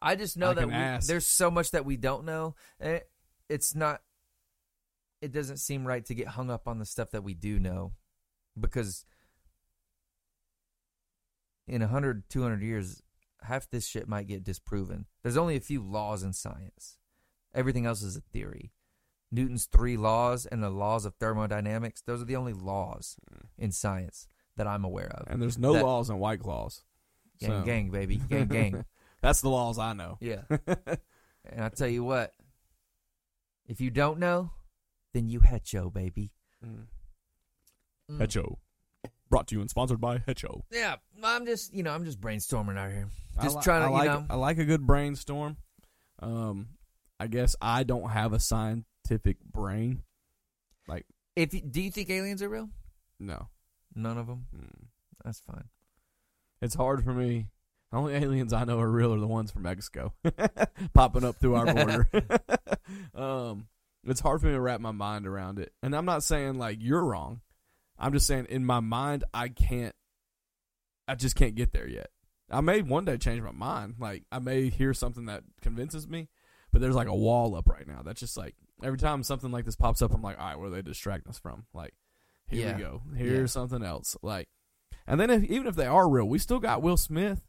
Speaker 1: I just know
Speaker 2: I
Speaker 1: that
Speaker 2: can
Speaker 1: we,
Speaker 2: ask.
Speaker 1: there's so much that we don't know. And it, it's not it doesn't seem right to get hung up on the stuff that we do know because in 100 200 years half this shit might get disproven. There's only a few laws in science. Everything else is a theory. Newton's three laws and the laws of thermodynamics, those are the only laws
Speaker 2: Hmm.
Speaker 1: in science that I'm aware of.
Speaker 2: and there's no
Speaker 1: That-
Speaker 2: laws on white claws.
Speaker 1: Gang
Speaker 2: So-
Speaker 1: gang baby, gang
Speaker 2: <laughs>
Speaker 1: gang.
Speaker 2: That's the laws I know. <laughs>
Speaker 1: Yeah. and I tell you what, if you don't know, then you hecho, baby. Mm.
Speaker 2: Hecho, brought to you and sponsored by Hecho.
Speaker 1: Yeah, I'm just you know I'm just brainstorming out here. Just
Speaker 2: I li-
Speaker 1: trying to,
Speaker 2: I
Speaker 1: you
Speaker 2: like,
Speaker 1: know.
Speaker 2: I like a good brainstorm. Um, I guess I don't have a scientific brain.
Speaker 1: If you, do you think aliens are real?
Speaker 2: No.
Speaker 1: None of them.
Speaker 2: Mm.
Speaker 1: That's fine.
Speaker 2: It's hard for me. The only aliens I know are real are the ones from Mexico <laughs> popping up through our border. <laughs> um, it's hard for me to wrap my mind around it. And I'm not saying like you're wrong. I'm just saying in my mind I can't I just can't get there yet. I may one day change my mind. Like I may hear something that convinces me, but there's like a wall up right now. That's just like Every time something like this pops up, I'm like, all right, what are they distracting us from? Like, here
Speaker 1: Yeah.
Speaker 2: we go. Here's
Speaker 1: Yeah.
Speaker 2: something else. Like, and then if, even if they are real, we still got Will Smith.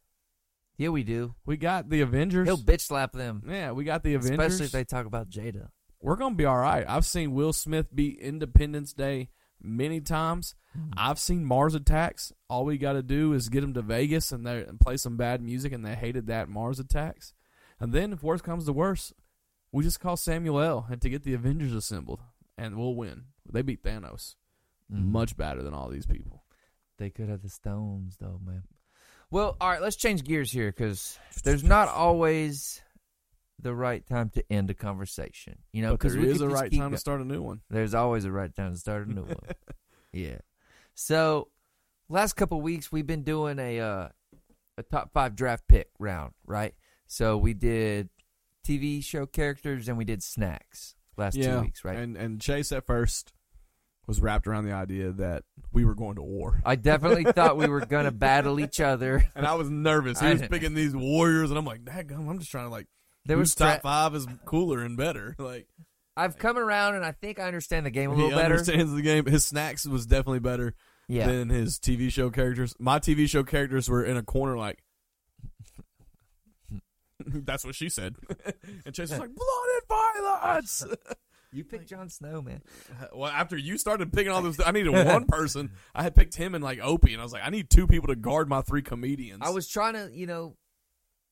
Speaker 1: Yeah, we do.
Speaker 2: We got the Avengers.
Speaker 1: He'll bitch slap them,
Speaker 2: yeah, we got the Avengers.
Speaker 1: especially if they talk about Jada.
Speaker 2: We're gonna be all right. I've seen Will Smith beat Independence Day many times.
Speaker 1: Mm-hmm.
Speaker 2: I've seen Mars Attacks. All we got to do is get them to Vegas and they and play some bad music, and they hated that Mars Attacks. And then if worst comes to worst, we just call Samuel L. and to get the Avengers assembled, and we'll win. They beat Thanos
Speaker 1: Mm-hmm.
Speaker 2: much better than all these people.
Speaker 1: Mm. They could have the stones though, man. Well, all right, let's change gears here
Speaker 2: <laughs>
Speaker 1: because there's not always the right time to end a conversation. You know,
Speaker 2: But
Speaker 1: because
Speaker 2: there
Speaker 1: we
Speaker 2: is
Speaker 1: could
Speaker 2: a
Speaker 1: just
Speaker 2: right
Speaker 1: keep
Speaker 2: time
Speaker 1: go-
Speaker 2: to start a new one.
Speaker 1: There's always a right time to start a new
Speaker 2: <laughs>
Speaker 1: one. Yeah. So, last couple weeks we've been doing a uh, a top five draft pick round, right? So we did TV show characters and we did snacks last
Speaker 2: Yeah,
Speaker 1: two weeks, right?
Speaker 2: And and Chase at first was wrapped around the idea that we were going to war.
Speaker 1: I definitely thought we were
Speaker 2: <laughs>
Speaker 1: gonna battle each other.
Speaker 2: And I was nervous. He
Speaker 1: I
Speaker 2: was
Speaker 1: know.
Speaker 2: picking these warriors, and I'm like, "Dadgum, I'm just trying to like
Speaker 1: There was
Speaker 2: whose top
Speaker 1: stra-
Speaker 2: five is cooler and better." <laughs> Like
Speaker 1: I've come around and I think I understand the game a
Speaker 2: he
Speaker 1: little better.
Speaker 2: understands the game. His snacks was definitely better
Speaker 1: Yeah.
Speaker 2: than his TV show characters. My TV show characters were in a corner, like <laughs> that's what she said, <laughs> and Chase was like, "Blooded violence."
Speaker 1: you picked Jon Snow, man.
Speaker 2: <laughs> Well, after you started picking all those, I <laughs> needed one person. I had picked him and like Opie, and I was like, I need two people to guard my three comedians.
Speaker 1: I was trying to, you know,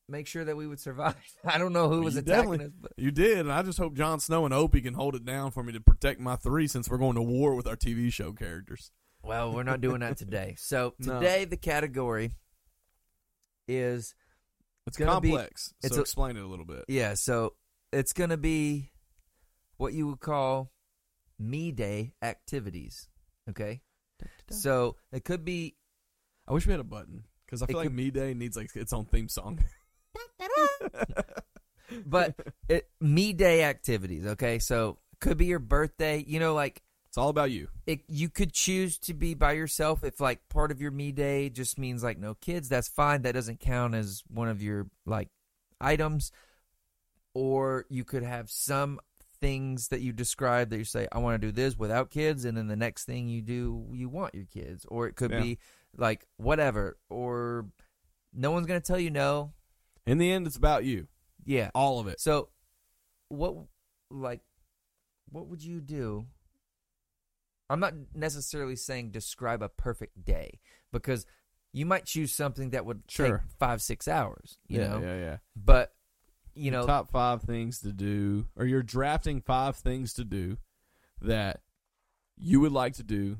Speaker 1: make sure that we would survive. <laughs> I don't know who was
Speaker 2: You
Speaker 1: attacking
Speaker 2: definitely-
Speaker 1: us, but
Speaker 2: You did, and I just hope Jon Snow and Opie can hold it down for me to protect my three since we're going to war with our TV show characters.
Speaker 1: Well, we're not doing that today. So
Speaker 2: No.
Speaker 1: today the category is
Speaker 2: It's
Speaker 1: gonna be-
Speaker 2: complex,
Speaker 1: it's
Speaker 2: so
Speaker 1: a-
Speaker 2: explain it a little bit.
Speaker 1: yeah, so it's gonna be what you would call me day activities. Okay? So it could be
Speaker 2: I wish we had a button because I
Speaker 1: It
Speaker 2: feel like
Speaker 1: could-
Speaker 2: Me Day needs like its own theme song. <laughs>
Speaker 1: but it, me day activities, okay? So it could be your birthday, you know, like
Speaker 2: It's all about you.
Speaker 1: it, you could choose to be by yourself if like part of your me day just means like no kids that's fine that doesn't count as one of your like items or you could have some things that you describe that you say i want to do this without kids and then the next thing you do you want your kids or it could
Speaker 2: Yeah.
Speaker 1: be like whatever or no one's going to tell you no
Speaker 2: In the end, it's about you.
Speaker 1: yeah
Speaker 2: All of it.
Speaker 1: so, what, like, what would you do? I'm not necessarily saying describe a perfect day because you might choose something that would
Speaker 2: Sure.
Speaker 1: take five, six hours, you
Speaker 2: yeah,
Speaker 1: know.
Speaker 2: yeah, yeah.
Speaker 1: But you know,
Speaker 2: top five things to do, or you're drafting five things to do that you would like to do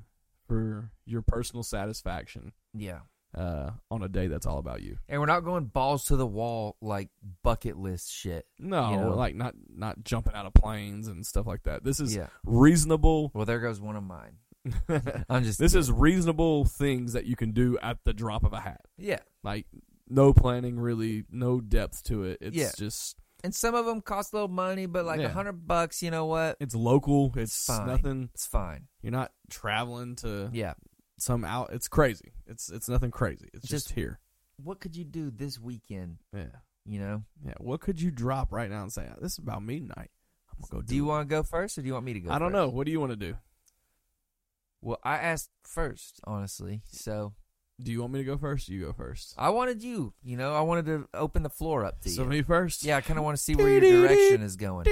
Speaker 2: for your personal satisfaction
Speaker 1: yeah.
Speaker 2: uh, on a day that's all about you.
Speaker 1: And we're not going balls to the wall like bucket list shit.
Speaker 2: No,
Speaker 1: You know?
Speaker 2: like not not jumping out of planes and stuff like that. This is
Speaker 1: Yeah.
Speaker 2: reasonable.
Speaker 1: Well, there goes one of
Speaker 2: <laughs>
Speaker 1: mine. I'm just
Speaker 2: this is reasonable things that you can do at the drop of a hat.
Speaker 1: yeah.
Speaker 2: Like no planning, really, no depth to it. It's
Speaker 1: Yeah.
Speaker 2: just
Speaker 1: And some of them cost a little money, but like a
Speaker 2: Yeah.
Speaker 1: hundred bucks, you know what?
Speaker 2: it's local. It's
Speaker 1: Fine.
Speaker 2: nothing.
Speaker 1: It's fine.
Speaker 2: You're not traveling to
Speaker 1: Yeah.
Speaker 2: some out. It's crazy. It's it's nothing crazy. It's just,
Speaker 1: Just-
Speaker 2: here.
Speaker 1: What could you do this weekend?
Speaker 2: Yeah,
Speaker 1: You know.
Speaker 2: yeah. What could you drop right now and say this is about me tonight? I'm gonna go do.
Speaker 1: Do you
Speaker 2: it."
Speaker 1: want to go first, or do you want me to go?
Speaker 2: I don't
Speaker 1: first?
Speaker 2: know. What do you want to do?
Speaker 1: Well, I asked first, honestly. So
Speaker 2: Do you want me to go first? You go first.
Speaker 1: I wanted you. You know, I wanted to open the floor up to
Speaker 2: So
Speaker 1: you.
Speaker 2: me first.
Speaker 1: yeah, I kind of want to see where your direction is going.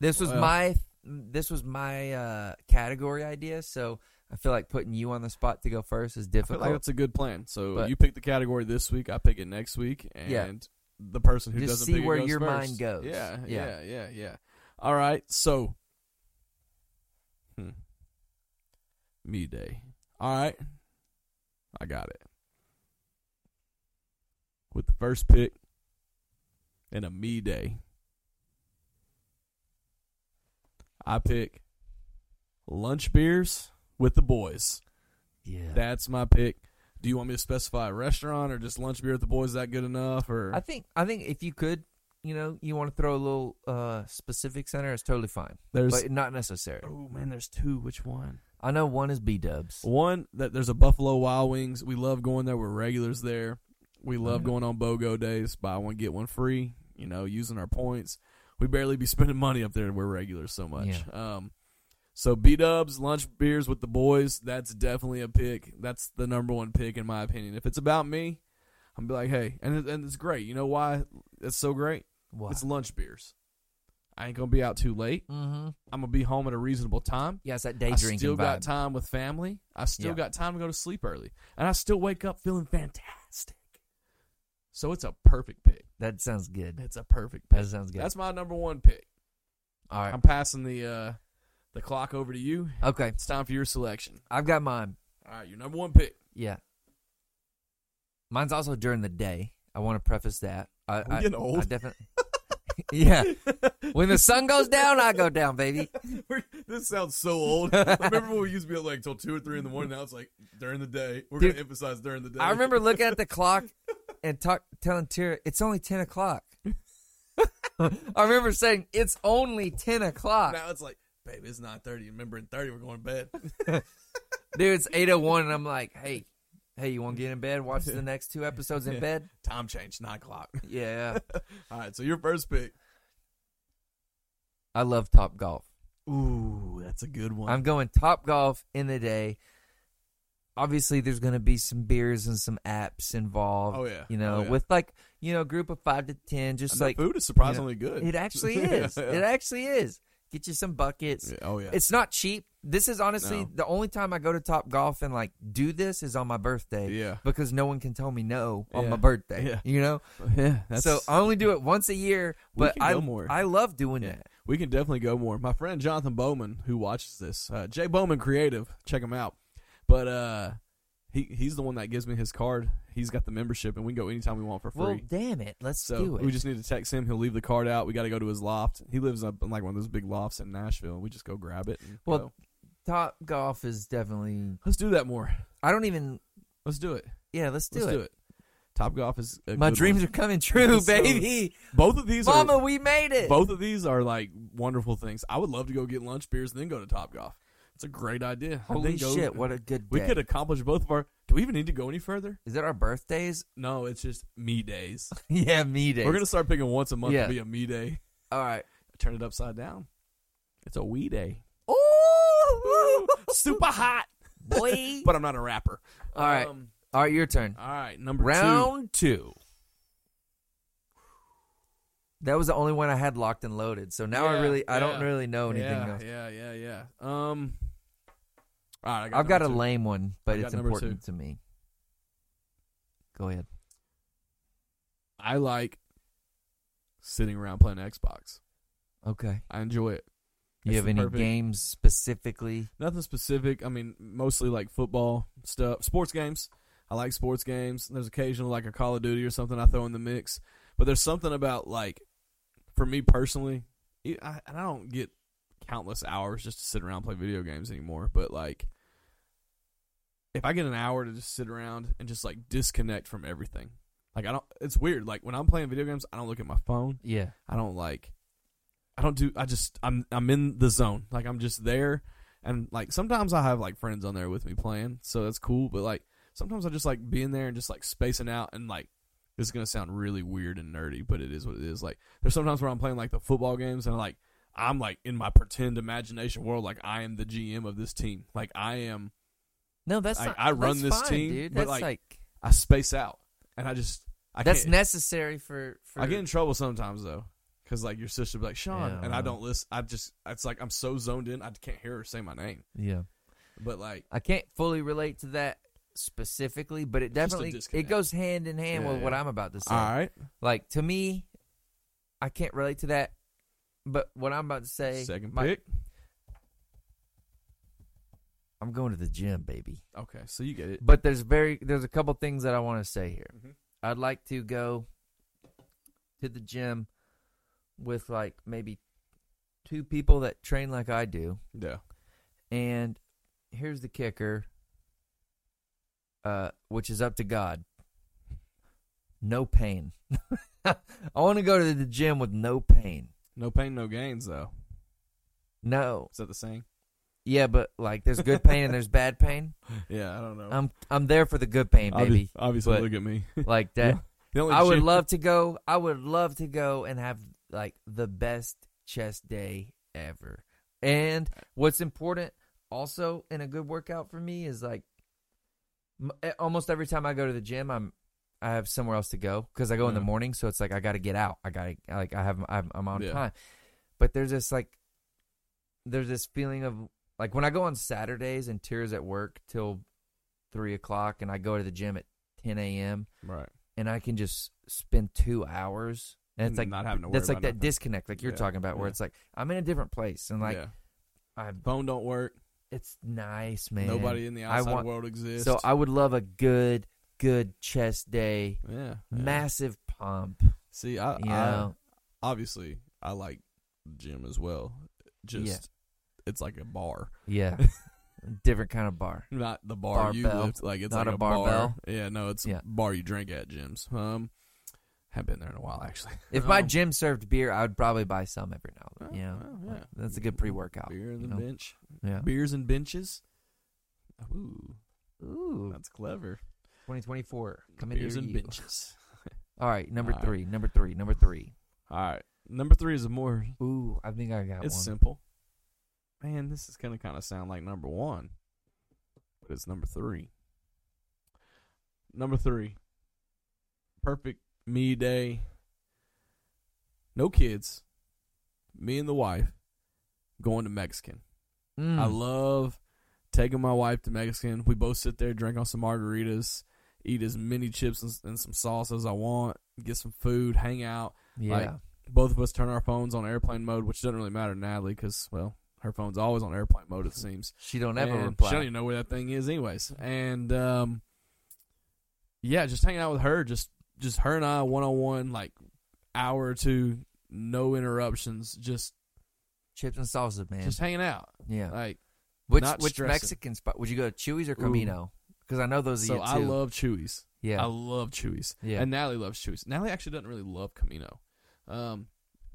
Speaker 1: This was
Speaker 2: Well.
Speaker 1: my this was my uh, category idea. So I feel like putting you on the spot to go first is
Speaker 2: I feel
Speaker 1: difficult.
Speaker 2: like that's a good plan. So
Speaker 1: But-
Speaker 2: you pick the category this week, I pick it next week, and
Speaker 1: Yeah.
Speaker 2: the person who
Speaker 1: Just
Speaker 2: doesn't
Speaker 1: see
Speaker 2: pick it
Speaker 1: where
Speaker 2: goes
Speaker 1: your
Speaker 2: first.
Speaker 1: mind goes.
Speaker 2: Yeah,
Speaker 1: Yeah.
Speaker 2: yeah, yeah, yeah, All right, so hmm. me day. All right, I got it. With the first pick and a me day, I pick lunch beers with the boys.
Speaker 1: yeah.
Speaker 2: That's my pick. Do you want me to specify a restaurant or just lunch beer with the boys? Is that good enough? Or
Speaker 1: I think I think if you could, you know, you want to throw a little uh, specific center, it's totally fine,
Speaker 2: there's
Speaker 1: but not necessary.
Speaker 2: oh man, there's two. Which one?
Speaker 1: I know one is B Dubs.
Speaker 2: One that there's a Buffalo Wild Wings. We love going there. We're regulars there. We love
Speaker 1: Mhm.
Speaker 2: going on BOGO days. Buy one get one free. You know, using our points. we barely be <laughs> spending money up there and we're regulars so much.
Speaker 1: Yeah.
Speaker 2: Um, so B Dubs lunch beers with the boys. That's definitely a pick. That's the number one pick in my opinion. If it's about me, I'm be like, hey, and it, and it's great. You know why it's so great?
Speaker 1: Why?
Speaker 2: It's lunch beers. I ain't gonna be out too late.
Speaker 1: mm-hmm.
Speaker 2: I'm gonna be home at a reasonable time.
Speaker 1: Yeah, it's that day
Speaker 2: I
Speaker 1: drinking
Speaker 2: still
Speaker 1: vibe.
Speaker 2: got time with family. I still
Speaker 1: Yeah.
Speaker 2: got time to go to sleep early, and I still wake up feeling fantastic. So it's a perfect pick.
Speaker 1: That sounds good.
Speaker 2: It's a perfect pick.
Speaker 1: That sounds good.
Speaker 2: That's my number one pick.
Speaker 1: All right.
Speaker 2: I'm passing the uh, the clock over to you.
Speaker 1: Okay.
Speaker 2: It's time for your selection.
Speaker 1: I've got mine.
Speaker 2: All right, your number one pick. <laughs>
Speaker 1: Yeah. Mine's also during the day. I want to preface that. I,
Speaker 2: We
Speaker 1: I,
Speaker 2: getting
Speaker 1: I
Speaker 2: old?
Speaker 1: definitely. <laughs> yeah. When the sun goes down, I go down,
Speaker 2: <laughs>
Speaker 1: baby.
Speaker 2: this sounds so
Speaker 1: old.
Speaker 2: I remember when we used to be up like till two or three in the morning. Now it's like during the day. We're
Speaker 1: Dude,
Speaker 2: gonna emphasize during the day.
Speaker 1: I
Speaker 2: <laughs>
Speaker 1: remember looking at the clock and talk, telling Tara, "It's only ten o'clock." <laughs> I remember saying, "It's only ten o'clock,
Speaker 2: Now it's like, babe, it's nine thirty. Remember, in thirty, we're going to bed.
Speaker 1: dude. It's eight oh one, and I'm like, "Hey, hey, you want to get in bed? Watch
Speaker 2: <laughs>
Speaker 1: the next two episodes in bed."
Speaker 2: Time change, nine o'clock. <laughs>
Speaker 1: Yeah,
Speaker 2: All right, so your first pick.
Speaker 1: I love Top Golf.
Speaker 2: Ooh, that's a good one.
Speaker 1: I'm going Top Golf in the day. Obviously, there's going to be some beers and some apps involved.
Speaker 2: Oh, yeah.
Speaker 1: you know,
Speaker 2: Oh, yeah.
Speaker 1: with like you know, a group of five to ten, just
Speaker 2: And the
Speaker 1: like
Speaker 2: food is surprisingly good.
Speaker 1: it actually
Speaker 2: <laughs> Yeah,
Speaker 1: is.
Speaker 2: yeah.
Speaker 1: It actually is. Get you some buckets.
Speaker 2: Yeah, oh yeah,
Speaker 1: It's not cheap. This is honestly
Speaker 2: No.
Speaker 1: the only time I go to Top Golf and like do this is on my birthday.
Speaker 2: Yeah.
Speaker 1: Because no one can tell me no on
Speaker 2: Yeah.
Speaker 1: my birthday.
Speaker 2: Yeah.
Speaker 1: You know?
Speaker 2: <laughs> yeah.
Speaker 1: so um, I only do it once a year,
Speaker 2: We
Speaker 1: but
Speaker 2: can
Speaker 1: I
Speaker 2: go more.
Speaker 1: I love doing
Speaker 2: Yeah.
Speaker 1: that.
Speaker 2: We can definitely go more. My friend Jonathan Bowman, who watches this, uh, Jay Bowman Creative, check him out. But uh, he he's the one that gives me his card. He's got the membership, and we can go anytime we want for free.
Speaker 1: Well, damn it. Let's do
Speaker 2: so
Speaker 1: it.
Speaker 2: we just need to text him. He'll leave the card out. We got to go to his loft. He lives up in like one of those big lofts in Nashville, and we just go grab it. and
Speaker 1: Well-
Speaker 2: go.
Speaker 1: Top Golf is definitely
Speaker 2: let's do that more.
Speaker 1: I don't even
Speaker 2: Let's do it.
Speaker 1: yeah, let's do
Speaker 2: let's
Speaker 1: it.
Speaker 2: do it. Top golf is a
Speaker 1: My
Speaker 2: good
Speaker 1: dreams
Speaker 2: one.
Speaker 1: are coming true,
Speaker 2: So-
Speaker 1: baby.
Speaker 2: Both of these
Speaker 1: Mama,
Speaker 2: are
Speaker 1: we made it.
Speaker 2: both of these are like wonderful things. I would love to go get lunch beers and then go to Top Golf. It's a great idea. I
Speaker 1: Holy
Speaker 2: think go-
Speaker 1: shit, what a good
Speaker 2: We
Speaker 1: day.
Speaker 2: could accomplish both of our. Do we even need to go any further?
Speaker 1: Is it our birthdays? <laughs>
Speaker 2: No, it's just me days.
Speaker 1: yeah, me days.
Speaker 2: We're gonna start picking once a month
Speaker 1: Yeah.
Speaker 2: to be a me day.
Speaker 1: All right.
Speaker 2: Turn it upside down. It's a we day.
Speaker 1: Oh,
Speaker 2: Super hot,
Speaker 1: boy.
Speaker 2: <laughs> but I'm not a rapper.
Speaker 1: <laughs> All right.
Speaker 2: Um,
Speaker 1: All right, your turn.
Speaker 2: all right. Number
Speaker 1: Round two. That was the only one I had locked and loaded. So now I
Speaker 2: Yeah,
Speaker 1: really, I don't
Speaker 2: yeah.
Speaker 1: really
Speaker 2: two.
Speaker 1: know anything
Speaker 2: yeah,
Speaker 1: else.
Speaker 2: yeah, yeah, yeah. Um. All right. I got
Speaker 1: I've got a
Speaker 2: number two.
Speaker 1: lame one, but
Speaker 2: I got
Speaker 1: it's
Speaker 2: number
Speaker 1: important to me. Go ahead.
Speaker 2: I like sitting around playing Xbox.
Speaker 1: Okay.
Speaker 2: I enjoy it.
Speaker 1: You
Speaker 2: It's
Speaker 1: have
Speaker 2: the
Speaker 1: any
Speaker 2: perfect-
Speaker 1: games specifically?
Speaker 2: Nothing specific. I mean, mostly like football stuff, sports games. I like sports games. There's occasional like a Call of Duty or something I throw in the mix. But there's something about like, for me personally, it- I, and I don't get countless hours just to sit around and play video games anymore. But like, if I get an hour to just sit around and just like disconnect from everything, like I don't. It's weird. Like when I'm playing video games, I don't look at my phone.
Speaker 1: Yeah.
Speaker 2: I don't like I don't do I just I'm I'm in the zone. Like I'm just there and like sometimes I have like friends on there with me playing, so that's cool, but like sometimes I just like being there and just like spacing out and like this is gonna sound really weird and nerdy, but it is what it is. Like there's sometimes where I'm playing like the football games and like I'm like in my pretend imagination world, like I am the GM of this team. Like I am
Speaker 1: No, that's
Speaker 2: Like,
Speaker 1: not.
Speaker 2: I run
Speaker 1: that's
Speaker 2: this
Speaker 1: fine,
Speaker 2: team,
Speaker 1: dude.
Speaker 2: but,
Speaker 1: That's
Speaker 2: like,
Speaker 1: like,
Speaker 2: I space out and I just I
Speaker 1: that's
Speaker 2: can't,
Speaker 1: necessary for. for
Speaker 2: I get in trouble sometimes though, because like your sister be like Sean,
Speaker 1: Yeah,
Speaker 2: and I
Speaker 1: well.
Speaker 2: don't listen. I just it's like I'm so zoned in, I can't hear her say my name.
Speaker 1: yeah.
Speaker 2: But like,
Speaker 1: I can't fully relate to that specifically, but it
Speaker 2: Just a
Speaker 1: definitely it
Speaker 2: disconnect.
Speaker 1: goes hand in hand
Speaker 2: Yeah,
Speaker 1: with what
Speaker 2: yeah.
Speaker 1: I'm about to say.
Speaker 2: all right,
Speaker 1: Like to me, I can't relate to that, but what I'm about to say,
Speaker 2: second
Speaker 1: my-
Speaker 2: pick.
Speaker 1: I'm going to the gym, baby.
Speaker 2: Okay, so you get it.
Speaker 1: But there's very there's a couple things that I want to say here.
Speaker 2: Mhm.
Speaker 1: I'd like to go to the gym with like maybe two people that train like I do.
Speaker 2: Yeah,
Speaker 1: And here's the kicker, uh, which is up to God. No pain. <laughs> I want to go to the gym with no pain.
Speaker 2: no pain, no gains though.
Speaker 1: No.
Speaker 2: Is that
Speaker 1: <laughs>
Speaker 2: the saying?
Speaker 1: Yeah, but like there's good pain and there's bad pain.
Speaker 2: Yeah, I don't know.
Speaker 1: I'm I'm there for the good pain,
Speaker 2: Obvi-
Speaker 1: baby.
Speaker 2: obviously,
Speaker 1: but-
Speaker 2: look at me.
Speaker 1: Like that.
Speaker 2: The only
Speaker 1: I would
Speaker 2: gym-
Speaker 1: love to go. I would love to go and have like the best chest day ever. And what's important also in a good workout for me is like m- eh, almost every time I go to the gym, I'm I have somewhere else to go because I go in the
Speaker 2: Yeah.
Speaker 1: morning, so it's like I got to get out. I got to like I have I'm, I'm on
Speaker 2: Yeah.
Speaker 1: time, but there's this like there's this feeling of like when I go on Saturdays and tears at work till three o'clock, and I go to the gym at ten a.m
Speaker 2: Right.
Speaker 1: and I can just spend two hours. And it's
Speaker 2: And
Speaker 1: like
Speaker 2: not having to worry
Speaker 1: that's like
Speaker 2: about
Speaker 1: that
Speaker 2: nothing.
Speaker 1: disconnect, like you're
Speaker 2: Yeah,
Speaker 1: talking about, where
Speaker 2: yeah.
Speaker 1: it's like I'm in a different place, and like
Speaker 2: yeah.
Speaker 1: I'm,
Speaker 2: phone don't work.
Speaker 1: it's nice, man.
Speaker 2: Nobody in the
Speaker 1: I
Speaker 2: outside
Speaker 1: want-
Speaker 2: world exists.
Speaker 1: So I would love a good, good chest day,
Speaker 2: yeah, yeah. Uh,
Speaker 1: massive pump.
Speaker 2: See, I,
Speaker 1: You
Speaker 2: I
Speaker 1: know,
Speaker 2: obviously I like gym as well. Just it's like a bar, <laughs>
Speaker 1: yeah, different kind of bar.
Speaker 2: not the bar you
Speaker 1: Barbell.
Speaker 2: lift. Like it's
Speaker 1: Not
Speaker 2: like
Speaker 1: a
Speaker 2: a bar.
Speaker 1: barbell.
Speaker 2: Yeah, no, it's
Speaker 1: Yeah.
Speaker 2: a bar you drink at gyms. Um, haven't been there in a while actually.
Speaker 1: If my
Speaker 2: Um,
Speaker 1: gym served beer, I would probably buy some every now and then.
Speaker 2: oh,
Speaker 1: you know,
Speaker 2: well,
Speaker 1: Like,
Speaker 2: yeah.
Speaker 1: that's a good pre-workout.
Speaker 2: <laughs> beer and
Speaker 1: you
Speaker 2: the
Speaker 1: know?
Speaker 2: bench,
Speaker 1: Yeah.
Speaker 2: beers and benches. Ooh,
Speaker 1: Ooh,
Speaker 2: that's clever.
Speaker 1: 2024 coming
Speaker 2: Uh, Beers
Speaker 1: to
Speaker 2: and
Speaker 1: you.
Speaker 2: benches.
Speaker 1: All right, number
Speaker 2: All right.
Speaker 1: three, number three, number three.
Speaker 2: All right, number three is a more.
Speaker 1: Ooh, I think I got
Speaker 2: it's
Speaker 1: one.
Speaker 2: simple. Man, this is gonna kind of sound like number one, but it's number three. Number three. Perfect me day. No kids. Me and the wife going to Mexican.
Speaker 1: Mm.
Speaker 2: I love taking my wife to Mexican. We both sit there, drink on some margaritas, eat as many chips and, and some sauce as I want, get some food, hang out
Speaker 1: Yeah.
Speaker 2: Like, both of us turn our phones on airplane mode, which doesn't really matter to Natalie because, well, her phone's always on airplane mode, it seems.
Speaker 1: she don't ever
Speaker 2: And
Speaker 1: reply.
Speaker 2: She don't even know where that thing is, anyways. And um, yeah, just hanging out with her, just just her and I, one on one, like hour or two, no interruptions, just
Speaker 1: Chips and salsa, man.
Speaker 2: just hanging out.
Speaker 1: yeah.
Speaker 2: Like
Speaker 1: which
Speaker 2: not
Speaker 1: which
Speaker 2: stressing.
Speaker 1: Mexican spot? Would you go to Chewy's or
Speaker 2: Ooh.
Speaker 1: Camino? Because I know those are
Speaker 2: so,
Speaker 1: you
Speaker 2: I
Speaker 1: too.
Speaker 2: love Chewies.
Speaker 1: yeah.
Speaker 2: I love Chewies.
Speaker 1: yeah.
Speaker 2: And Natalie loves Chewies. Natalie actually doesn't really love Camino. Um,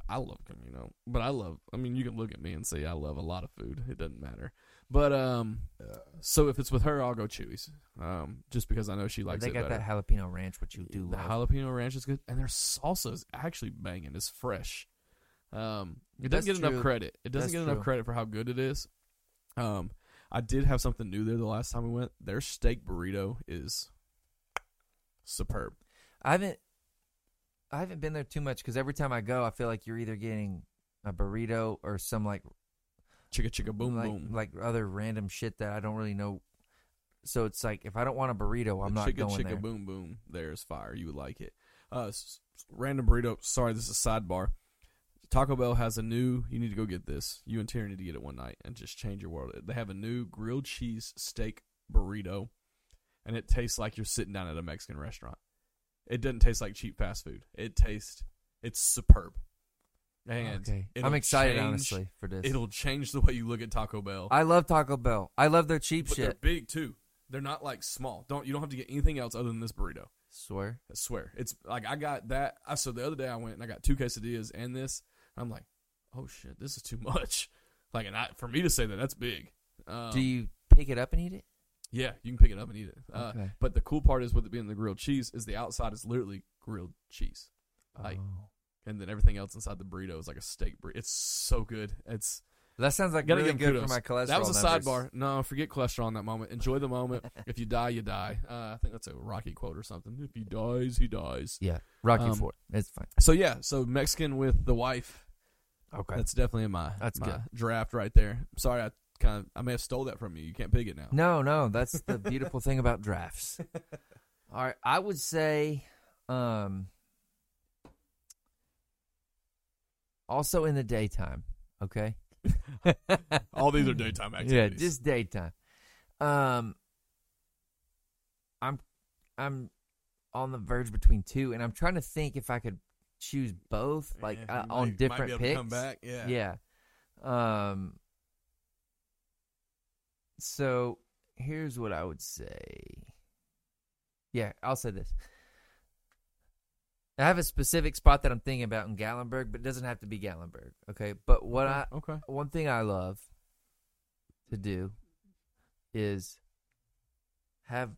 Speaker 2: I love Camino, but I love. I mean, you can look at me and say I love a lot of food. It doesn't matter. But um, so if it's with her, I'll go Chewies. Um, just because I know she likes
Speaker 1: they
Speaker 2: it
Speaker 1: got
Speaker 2: better.
Speaker 1: that jalapeno ranch, which you do
Speaker 2: the
Speaker 1: love.
Speaker 2: jalapeno ranch is good, and their salsa is actually banging. It's fresh. Um, it
Speaker 1: That's
Speaker 2: doesn't get
Speaker 1: true.
Speaker 2: enough credit. It doesn't
Speaker 1: That's
Speaker 2: get
Speaker 1: true.
Speaker 2: enough credit for how good it is. Um, I did have something new there the last time we went. Their steak burrito is superb.
Speaker 1: I haven't I haven't been there too much because every time I go, I feel like you're either getting a burrito or some like
Speaker 2: Chicka chicka boom
Speaker 1: like,
Speaker 2: boom.
Speaker 1: like other random shit that I don't really know. So it's like if I don't want a burrito, I'm
Speaker 2: the
Speaker 1: not
Speaker 2: chicka
Speaker 1: going
Speaker 2: chicka
Speaker 1: there.
Speaker 2: boom boom. There's fire. You would like it. Uh, s- s- random burrito. Sorry, this is sidebar. Taco Bell has a new. You need to go get this. You and Terry need to get it one night and just change your world. They have a new grilled cheese steak burrito, and it tastes like you're sitting down at a Mexican restaurant. It doesn't taste like cheap fast food. It tastes. It's superb. And
Speaker 1: okay, I'm
Speaker 2: it'll
Speaker 1: excited
Speaker 2: change-
Speaker 1: honestly for this.
Speaker 2: It'll change the way you look at Taco Bell.
Speaker 1: I love Taco Bell. I love their cheap
Speaker 2: but they're
Speaker 1: shit.
Speaker 2: big too. They're not like small. Don't you don't have to get anything else other than this burrito.
Speaker 1: Swear.
Speaker 2: I swear. It's like I got that. I so the other day I went and I got two quesadillas and this. I'm like, oh shit, this is too much. <laughs> Like, and I for me to say that that's big. Um,
Speaker 1: do you pick it up and eat it?
Speaker 2: yeah, you can pick it up and eat it. Uh,
Speaker 1: Okay.
Speaker 2: But the cool part is with it being the grilled cheese is the outside is literally grilled cheese, like-
Speaker 1: Oh.
Speaker 2: and then everything else inside the burrito is like a steak burrito. It's so good. It's
Speaker 1: That sounds like
Speaker 2: Gotta
Speaker 1: really
Speaker 2: give
Speaker 1: good for
Speaker 2: kudos.
Speaker 1: my cholesterol.
Speaker 2: that was a
Speaker 1: numbers.
Speaker 2: sidebar. No, forget cholesterol in that moment. Enjoy
Speaker 1: <laughs>
Speaker 2: the moment. if you die, you die. Uh, I think that's a Rocky quote or something. If he dies, he dies.
Speaker 1: Yeah, Rocky
Speaker 2: Um,
Speaker 1: Four. It's fine.
Speaker 2: So yeah, so Mexican with the wife
Speaker 1: Okay.
Speaker 2: That's definitely in my
Speaker 1: That's
Speaker 2: my
Speaker 1: good.
Speaker 2: draft right there. Sorry, I kind of I may have stole that from you. You can't pick it now.
Speaker 1: <laughs> no, no, that's the beautiful thing about
Speaker 2: <laughs>
Speaker 1: drafts. All right, I would say, um, also in the daytime.
Speaker 2: <laughs>
Speaker 1: Okay.
Speaker 2: All these are daytime
Speaker 1: yeah,
Speaker 2: activities.
Speaker 1: just daytime. Um, I'm, I'm on the verge between two, and I'm trying to think if I could choose both, like
Speaker 2: Yeah,
Speaker 1: uh,
Speaker 2: you
Speaker 1: on
Speaker 2: might-
Speaker 1: different
Speaker 2: might be able
Speaker 1: picks.
Speaker 2: To come back. Yeah.
Speaker 1: Yeah. Um so here's what I would say. Yeah, I'll say this. I have a specific spot that I'm thinking about in Gallenberg, but it doesn't have to be Gallenberg. Okay. But what I
Speaker 2: Oh, okay.
Speaker 1: one thing I love to do is have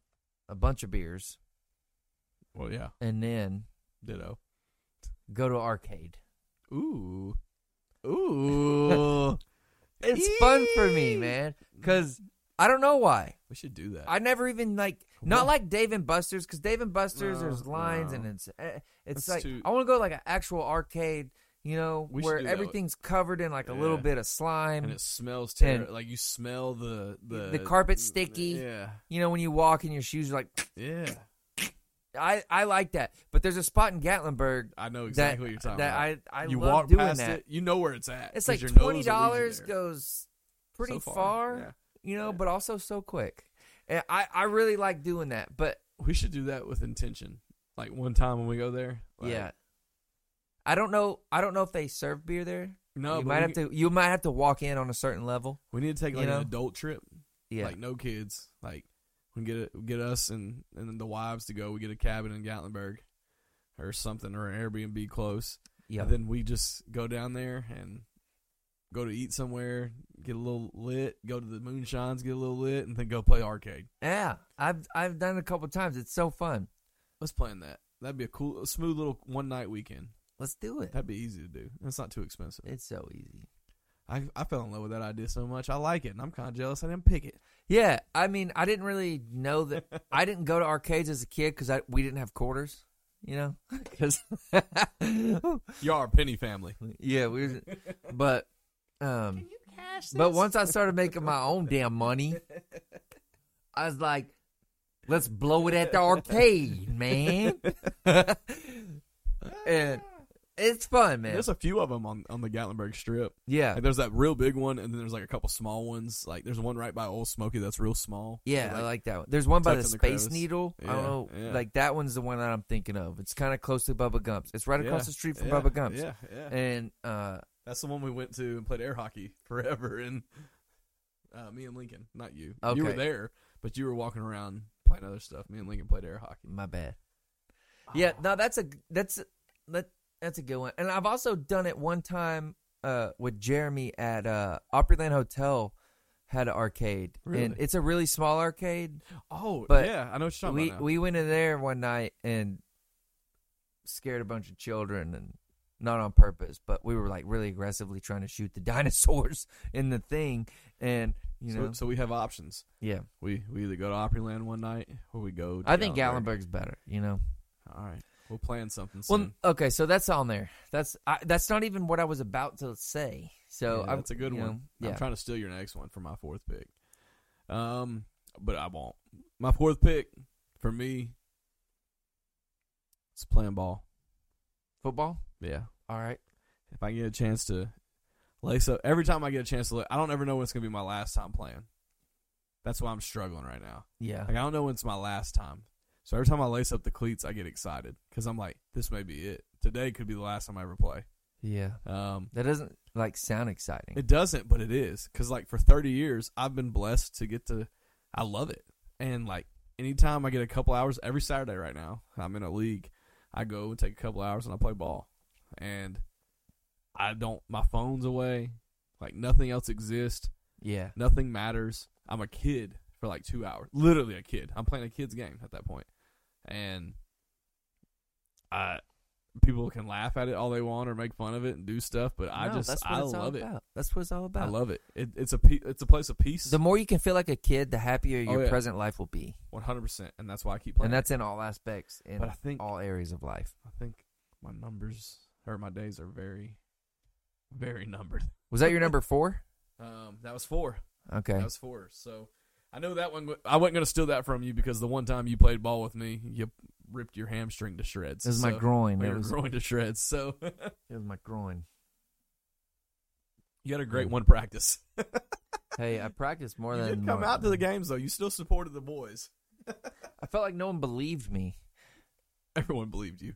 Speaker 1: a bunch of beers
Speaker 2: Well, yeah.
Speaker 1: and then
Speaker 2: Ditto.
Speaker 1: go to arcade.
Speaker 2: Ooh. Ooh.
Speaker 1: <laughs> It's fun for me,
Speaker 2: Eee.
Speaker 1: man, because I don't know why.
Speaker 2: We should do that.
Speaker 1: I never even like
Speaker 2: What?
Speaker 1: not like Dave and Buster's because Dave and Buster's
Speaker 2: No,
Speaker 1: there's lines
Speaker 2: no.
Speaker 1: and it's eh, it's
Speaker 2: That's
Speaker 1: like
Speaker 2: too-
Speaker 1: I want to go like an actual arcade, you know,
Speaker 2: We should
Speaker 1: where
Speaker 2: do that.
Speaker 1: everything's covered in like a little
Speaker 2: Yeah.
Speaker 1: bit of slime.
Speaker 2: and it smells
Speaker 1: and-
Speaker 2: terrible. Like you smell the, the
Speaker 1: The carpet sticky.
Speaker 2: Yeah.
Speaker 1: you know, when you walk and your shoes are like, <sniffs>
Speaker 2: Yeah.
Speaker 1: I I like that. But there's a spot in Gatlinburg
Speaker 2: I know
Speaker 1: that
Speaker 2: exactly what you're talking
Speaker 1: that
Speaker 2: about.
Speaker 1: I I
Speaker 2: you
Speaker 1: love
Speaker 2: walk
Speaker 1: doing
Speaker 2: past
Speaker 1: that.
Speaker 2: it, you know where it's at.
Speaker 1: It's
Speaker 2: 'cause
Speaker 1: like
Speaker 2: your nose will lead
Speaker 1: twenty
Speaker 2: you
Speaker 1: dollars
Speaker 2: there.
Speaker 1: goes pretty
Speaker 2: So
Speaker 1: far,
Speaker 2: far, yeah.
Speaker 1: you know,
Speaker 2: Yeah.
Speaker 1: but also so quick. And I I really like doing that, but
Speaker 2: We should do that with intention. Like one time when we go there. like-
Speaker 1: yeah. I don't know. I don't know if they serve beer there.
Speaker 2: No,
Speaker 1: you
Speaker 2: but
Speaker 1: might
Speaker 2: we,
Speaker 1: have to. You might have to walk in on a certain level.
Speaker 2: we need to take
Speaker 1: you
Speaker 2: like
Speaker 1: know?
Speaker 2: an adult trip.
Speaker 1: Yeah,
Speaker 2: Like no kids. Like we can get a, get us and and then the wives to go. We get a cabin in Gatlinburg or something or an Airbnb close.
Speaker 1: yeah.
Speaker 2: And then we just go down there and go to eat somewhere, get a little lit, go to the moonshines, get a little lit, and then go play arcade.
Speaker 1: yeah, I've I've done it a couple times. It's so fun.
Speaker 2: Let's plan that. That'd be a cool, a smooth little one night weekend.
Speaker 1: Let's do it.
Speaker 2: That'd be easy to do. That's not too expensive.
Speaker 1: It's so easy.
Speaker 2: I, I fell in love with that idea so much. I like it, and I'm kind of jealous I didn't pick it.
Speaker 1: Yeah, I mean, I didn't really know that. I didn't go to arcades as a kid because we didn't have quarters. You know, <laughs> 'Cause-
Speaker 2: Y'all are a penny family.
Speaker 1: yeah, we. Was, but um, but once I started making my own damn money, I was like, let's blow it at the arcade, man. <laughs> and it's fun, man.
Speaker 2: There's a few of them on, on the Gatlinburg Strip.
Speaker 1: yeah.
Speaker 2: Like, there's that real big one, and then there's like a couple small ones. Like there's one right by Old Smoky that's real small.
Speaker 1: Yeah,
Speaker 2: Like,
Speaker 1: I like that one. There's one by the
Speaker 2: tucked in the
Speaker 1: Space
Speaker 2: crevice.
Speaker 1: Needle. I
Speaker 2: Yeah,
Speaker 1: don't know.
Speaker 2: yeah.
Speaker 1: Like that one's the one that I'm thinking of. It's kind of close to Bubba Gump's. It's right across
Speaker 2: yeah,
Speaker 1: the street from
Speaker 2: yeah,
Speaker 1: Bubba Gump's.
Speaker 2: Yeah, yeah.
Speaker 1: And uh,
Speaker 2: That's the one we went to and played air hockey <laughs> forever. And uh, me and Lincoln, not you. You were
Speaker 1: Okay.
Speaker 2: there, but you were walking around playing other stuff. Me and Lincoln played air hockey.
Speaker 1: my bad. Yeah, no, that's a that's that that's a good one. And I've also done it one time uh, with Jeremy at uh, Opryland Hotel had an arcade, and
Speaker 2: Really?
Speaker 1: it's a really small arcade.
Speaker 2: Oh,
Speaker 1: But
Speaker 2: yeah. I know what you're talking
Speaker 1: we
Speaker 2: about. now.
Speaker 1: we went in there one night and scared a bunch of children and not on purpose, but we were like really aggressively trying to shoot the <laughs> dinosaurs in the thing, and you
Speaker 2: so,
Speaker 1: know,
Speaker 2: so we have options.
Speaker 1: yeah,
Speaker 2: We we either go to Opryland one night or we go. To
Speaker 1: I think
Speaker 2: Gatlinburg.
Speaker 1: Gallenberg's better, you know.
Speaker 2: All right, we'll plan something. Soon.
Speaker 1: Well, okay, so that's on there. That's I, that's not even what I was about to say. So
Speaker 2: Yeah,
Speaker 1: I,
Speaker 2: that's a good
Speaker 1: you
Speaker 2: one.
Speaker 1: know, yeah,
Speaker 2: I'm trying to steal your next one for my fourth pick. Um, but I won't. My fourth pick for me, it's playing ball.
Speaker 1: football.
Speaker 2: Yeah,
Speaker 1: All right.
Speaker 2: if I get a chance to lace up every time I get a chance to, la- I don't ever know when it's gonna be my last time playing. That's why I'm struggling right now.
Speaker 1: Yeah.
Speaker 2: Like I don't know when it's my last time. So every time I lace up the cleats, I get excited because I'm like, this may be it. Today could be the last time I ever play.
Speaker 1: Yeah.
Speaker 2: Um,
Speaker 1: That doesn't like sound exciting.
Speaker 2: it doesn't, but it is because like for 30 years, I've been blessed to get to. I love it, and like anytime I get a couple hours every Saturday right now, I'm in a league. I go and take a couple hours and I play ball, and I don't. My phone's away. Like nothing else exists.
Speaker 1: yeah.
Speaker 2: Nothing matters. I'm a kid for like two hours. Literally a kid. I'm playing a kid's game at that point. And I people can laugh at it all they want or make fun of it and do stuff, but I
Speaker 1: No,
Speaker 2: just
Speaker 1: that's what
Speaker 2: I
Speaker 1: it's all
Speaker 2: love it.
Speaker 1: about. That's what it's all about.
Speaker 2: I love it. it it's a pe- it's a place of peace.
Speaker 1: the more you can feel like a kid, the happier your
Speaker 2: Oh, yeah.
Speaker 1: present life will be,
Speaker 2: One hundred percent, and that's why I keep playing.
Speaker 1: and that's in all aspects in
Speaker 2: but I think
Speaker 1: all areas of life.
Speaker 2: I think my numbers or my days are very, very numbered.
Speaker 1: Was that your number four?
Speaker 2: Um, that was four.
Speaker 1: Okay.
Speaker 2: That was four. So I know that one. I wasn't going to steal that from you because the one time you played ball with me, you ripped your hamstring to shreds.
Speaker 1: This is my
Speaker 2: So-
Speaker 1: groin.
Speaker 2: or
Speaker 1: It
Speaker 2: Your
Speaker 1: was,
Speaker 2: groin to shreds. So <laughs>
Speaker 1: it was my groin.
Speaker 2: you had a great one practice.
Speaker 1: Hey, I practiced more
Speaker 2: you
Speaker 1: than
Speaker 2: did come
Speaker 1: normal.
Speaker 2: out to the games though. You still supported the boys.
Speaker 1: I felt like no one believed
Speaker 2: <laughs>
Speaker 1: me.
Speaker 2: Everyone believed you.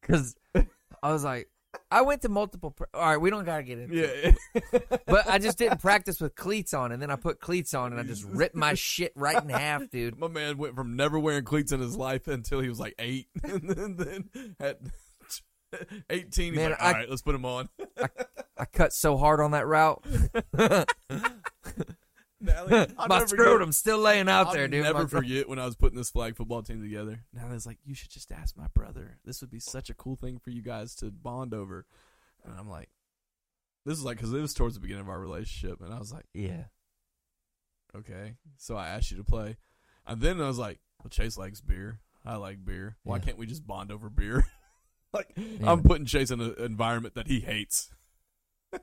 Speaker 1: Because I was like, I went to multiple. Pr- All right, we don't gotta get into. it.
Speaker 2: <laughs> Yeah.
Speaker 1: But I just
Speaker 2: <laughs>
Speaker 1: didn't practice with cleats on, and then I put cleats on, and I just ripped my shit right in half, dude.
Speaker 2: My man went from never wearing cleats in his life until he was like eight, <laughs> and then, then at <laughs> eighteen, he's
Speaker 1: Man,
Speaker 2: like,
Speaker 1: I-
Speaker 2: "All right, let's put him on." <laughs>
Speaker 1: I cut so hard on that route. <laughs>
Speaker 2: Natalie,
Speaker 1: <laughs>
Speaker 2: I'll
Speaker 1: my
Speaker 2: never forget-
Speaker 1: scrotum's still laying out
Speaker 2: I'll
Speaker 1: there, dude.
Speaker 2: Never
Speaker 1: My-
Speaker 2: forget when I was putting this flag football team together. Now it's like you should just ask my brother. This would be such a cool thing for you guys to bond over. And I'm like, this is like, because it was towards the beginning of our relationship. And I was like,
Speaker 1: Yeah.
Speaker 2: okay. So I asked you to play. And then I was like, well, Chase likes beer. I like beer. Why
Speaker 1: Yeah.
Speaker 2: can't we just bond over beer? <laughs> like,
Speaker 1: Yeah.
Speaker 2: I'm putting Chase in an environment that he hates.
Speaker 1: <laughs>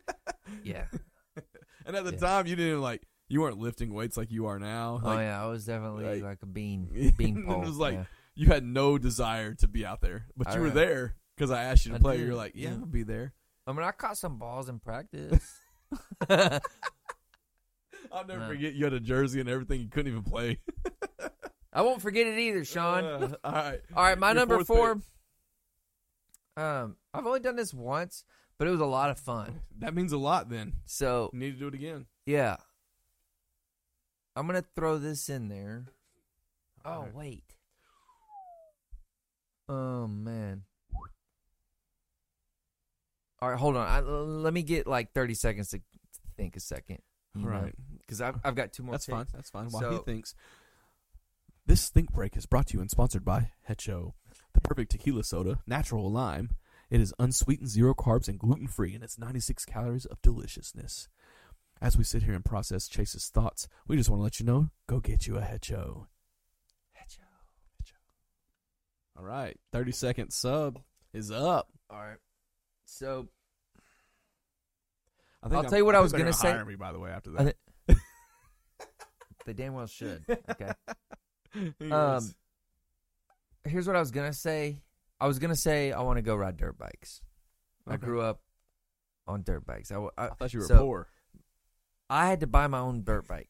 Speaker 1: Yeah.
Speaker 2: <laughs> And at the
Speaker 1: Yeah.
Speaker 2: time, you didn't even, like, you weren't lifting weights like you are now. Like,
Speaker 1: oh yeah, I was definitely
Speaker 2: like-
Speaker 1: like, a
Speaker 2: <laughs>
Speaker 1: bean bean
Speaker 2: And it
Speaker 1: pole.
Speaker 2: was like,
Speaker 1: yeah.
Speaker 2: you had no desire to be out there, but
Speaker 1: I
Speaker 2: you were
Speaker 1: remember.
Speaker 2: there because I asked you to
Speaker 1: I
Speaker 2: play.
Speaker 1: did,
Speaker 2: You're like, yeah,
Speaker 1: yeah.
Speaker 2: I'll
Speaker 1: <laughs>
Speaker 2: be there.
Speaker 1: I mean, I caught some balls in practice. <laughs> yeah,
Speaker 2: I'll never
Speaker 1: Uh.
Speaker 2: forget you had a jersey and everything. You couldn't even play.
Speaker 1: I won't forget it either, Sean.
Speaker 2: Uh, <laughs> all right.
Speaker 1: All right, my
Speaker 2: Your
Speaker 1: number
Speaker 2: fourth
Speaker 1: four. Um, I've only done this once, but it was a lot of fun.
Speaker 2: That means a lot then.
Speaker 1: So
Speaker 2: Need to do it again.
Speaker 1: yeah, I'm gonna throw this in there.
Speaker 2: All
Speaker 1: Oh
Speaker 2: right.
Speaker 1: wait. Oh man. All right, hold on. I, let me get like 30 seconds to think a second.
Speaker 2: All right.
Speaker 1: Because I've, I've got two more.
Speaker 2: That's
Speaker 1: picks.
Speaker 2: fine. That's fine. While he
Speaker 1: So-
Speaker 2: thinks. This Think Break is brought to you and sponsored by Hecho, the perfect tequila soda, natural lime. It is unsweetened, zero carbs, and gluten free, and it's 96 calories of deliciousness. As we sit here and process Chase's thoughts, we just want to let you know go get you a Hecho. All right. 30 second sub is up.
Speaker 1: All right. So
Speaker 2: I
Speaker 1: I'll tell you what I
Speaker 2: think
Speaker 1: was
Speaker 2: they're
Speaker 1: gonna
Speaker 2: gonna
Speaker 1: say.
Speaker 2: Hire me, by the way, after
Speaker 1: I
Speaker 2: that.
Speaker 1: they damn well <laughs> should. Okay.
Speaker 2: um, <laughs>
Speaker 1: Um, Here's what I was gonna say. I was gonna say I want to go ride dirt bikes. I
Speaker 2: Okay.
Speaker 1: grew up on dirt bikes. I, w- I-
Speaker 2: I thought you were
Speaker 1: so-
Speaker 2: poor.
Speaker 1: I had to buy my own dirt bike.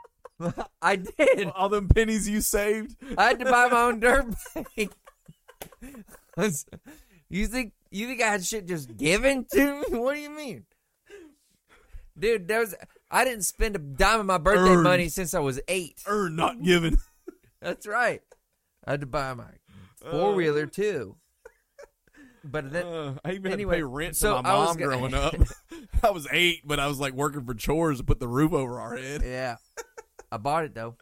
Speaker 1: <laughs> I did.
Speaker 2: All them pennies you saved.
Speaker 1: I had to buy my own dirt bike. <laughs> I was- you think you think I had shit just given to me? <laughs> What do you mean, dude? There was I didn't spend a dime of my birthday
Speaker 2: Earned.
Speaker 1: money since I was eight.
Speaker 2: Earn, not given.
Speaker 1: That's right. I had to buy my four wheeler too. But <laughs> then
Speaker 2: <laughs> Uh, I even
Speaker 1: anyway,
Speaker 2: had to pay rent
Speaker 1: so
Speaker 2: to my
Speaker 1: I was
Speaker 2: mom
Speaker 1: gonna- <laughs>
Speaker 2: growing up. <laughs> I was eight, but I was like working for chores to put the roof over
Speaker 1: <laughs>
Speaker 2: our head.
Speaker 1: yeah, I bought it though.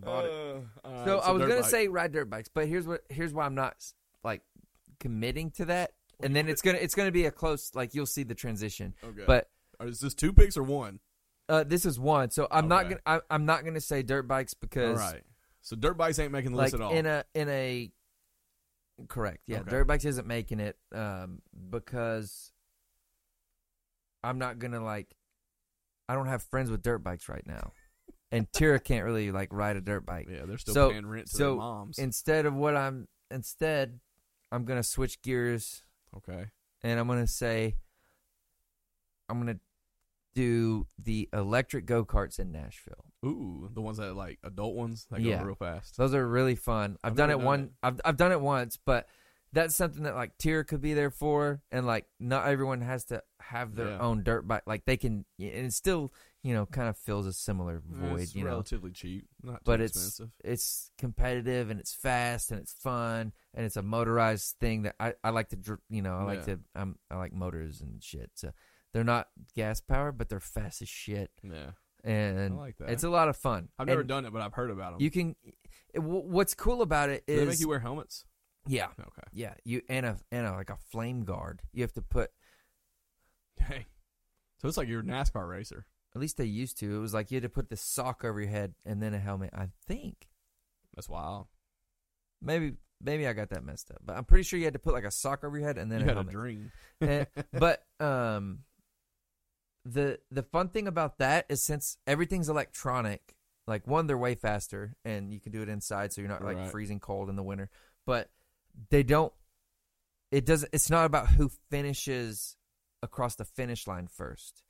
Speaker 1: I bought it.
Speaker 2: Uh, all
Speaker 1: So
Speaker 2: right,
Speaker 1: I was
Speaker 2: dirt
Speaker 1: gonna
Speaker 2: bike.
Speaker 1: say ride dirt bikes, but here's what here's why I'm not like committing to that. And then it's gonna it's gonna be a close like you'll see the transition.
Speaker 2: Okay.
Speaker 1: But
Speaker 2: Or is this two picks or one?
Speaker 1: uh, this is one, so I'm not
Speaker 2: Okay.
Speaker 1: gonna I, I'm not gonna say dirt bikes
Speaker 2: All
Speaker 1: because
Speaker 2: right. So dirt bikes ain't making the
Speaker 1: like
Speaker 2: list at all.
Speaker 1: in a in a correct yeah
Speaker 2: Okay.
Speaker 1: dirt bikes isn't making it um, because I'm not gonna like I don't have friends with dirt bikes right now, and Tira can't really like ride a dirt bike.
Speaker 2: yeah, they're still
Speaker 1: so-
Speaker 2: paying rent to their
Speaker 1: so
Speaker 2: moms.
Speaker 1: Instead of what I'm instead I'm gonna switch gears
Speaker 2: okay.
Speaker 1: and I'm gonna say I'm gonna do the electric go karts in Nashville.
Speaker 2: Ooh, the ones that like adult ones that
Speaker 1: Yeah.
Speaker 2: go real fast.
Speaker 1: Those are really fun. I've,
Speaker 2: I've
Speaker 1: done it
Speaker 2: never done
Speaker 1: one.
Speaker 2: it.
Speaker 1: I've I've done it once, but that's something that like Tier could be there for, and like not everyone has to have their
Speaker 2: Yeah.
Speaker 1: own dirt bike. Like they can, and it still you know kind of fills a similar void.
Speaker 2: it's
Speaker 1: you know,
Speaker 2: relatively cheap, not too
Speaker 1: But it's-
Speaker 2: expensive.
Speaker 1: it's competitive and it's fast and it's fun and it's a motorized thing that I, I like to dr- you know I like
Speaker 2: Yeah.
Speaker 1: to I'm, I like motors and shit so they're not gas powered but they're fast as shit
Speaker 2: yeah,
Speaker 1: and
Speaker 2: I like that.
Speaker 1: it's a lot of fun.
Speaker 2: I've never
Speaker 1: And
Speaker 2: done it, but I've heard about them.
Speaker 1: You can it- wh- what's cool about it
Speaker 2: Do
Speaker 1: is
Speaker 2: they make you wear helmets?
Speaker 1: yeah
Speaker 2: Okay.
Speaker 1: yeah you and a and a, like a flame guard you have to put
Speaker 2: Dang. So it's like you're a NASCAR racer.
Speaker 1: at least they used to it was like you had to put the sock over your head and then a helmet I think
Speaker 2: That's wild.
Speaker 1: maybe maybe I got that messed up but I'm pretty sure you had to put like a sock over your head and then
Speaker 2: you
Speaker 1: a
Speaker 2: had
Speaker 1: helmet.
Speaker 2: a dream.
Speaker 1: <laughs>
Speaker 2: <laughs>
Speaker 1: Eh, but um the the fun thing about that is since everything's electronic like one they're way faster and you can do it inside so you're not like
Speaker 2: Right.
Speaker 1: freezing cold in the winter but they don't it doesn't it's not about who finishes across the finish line first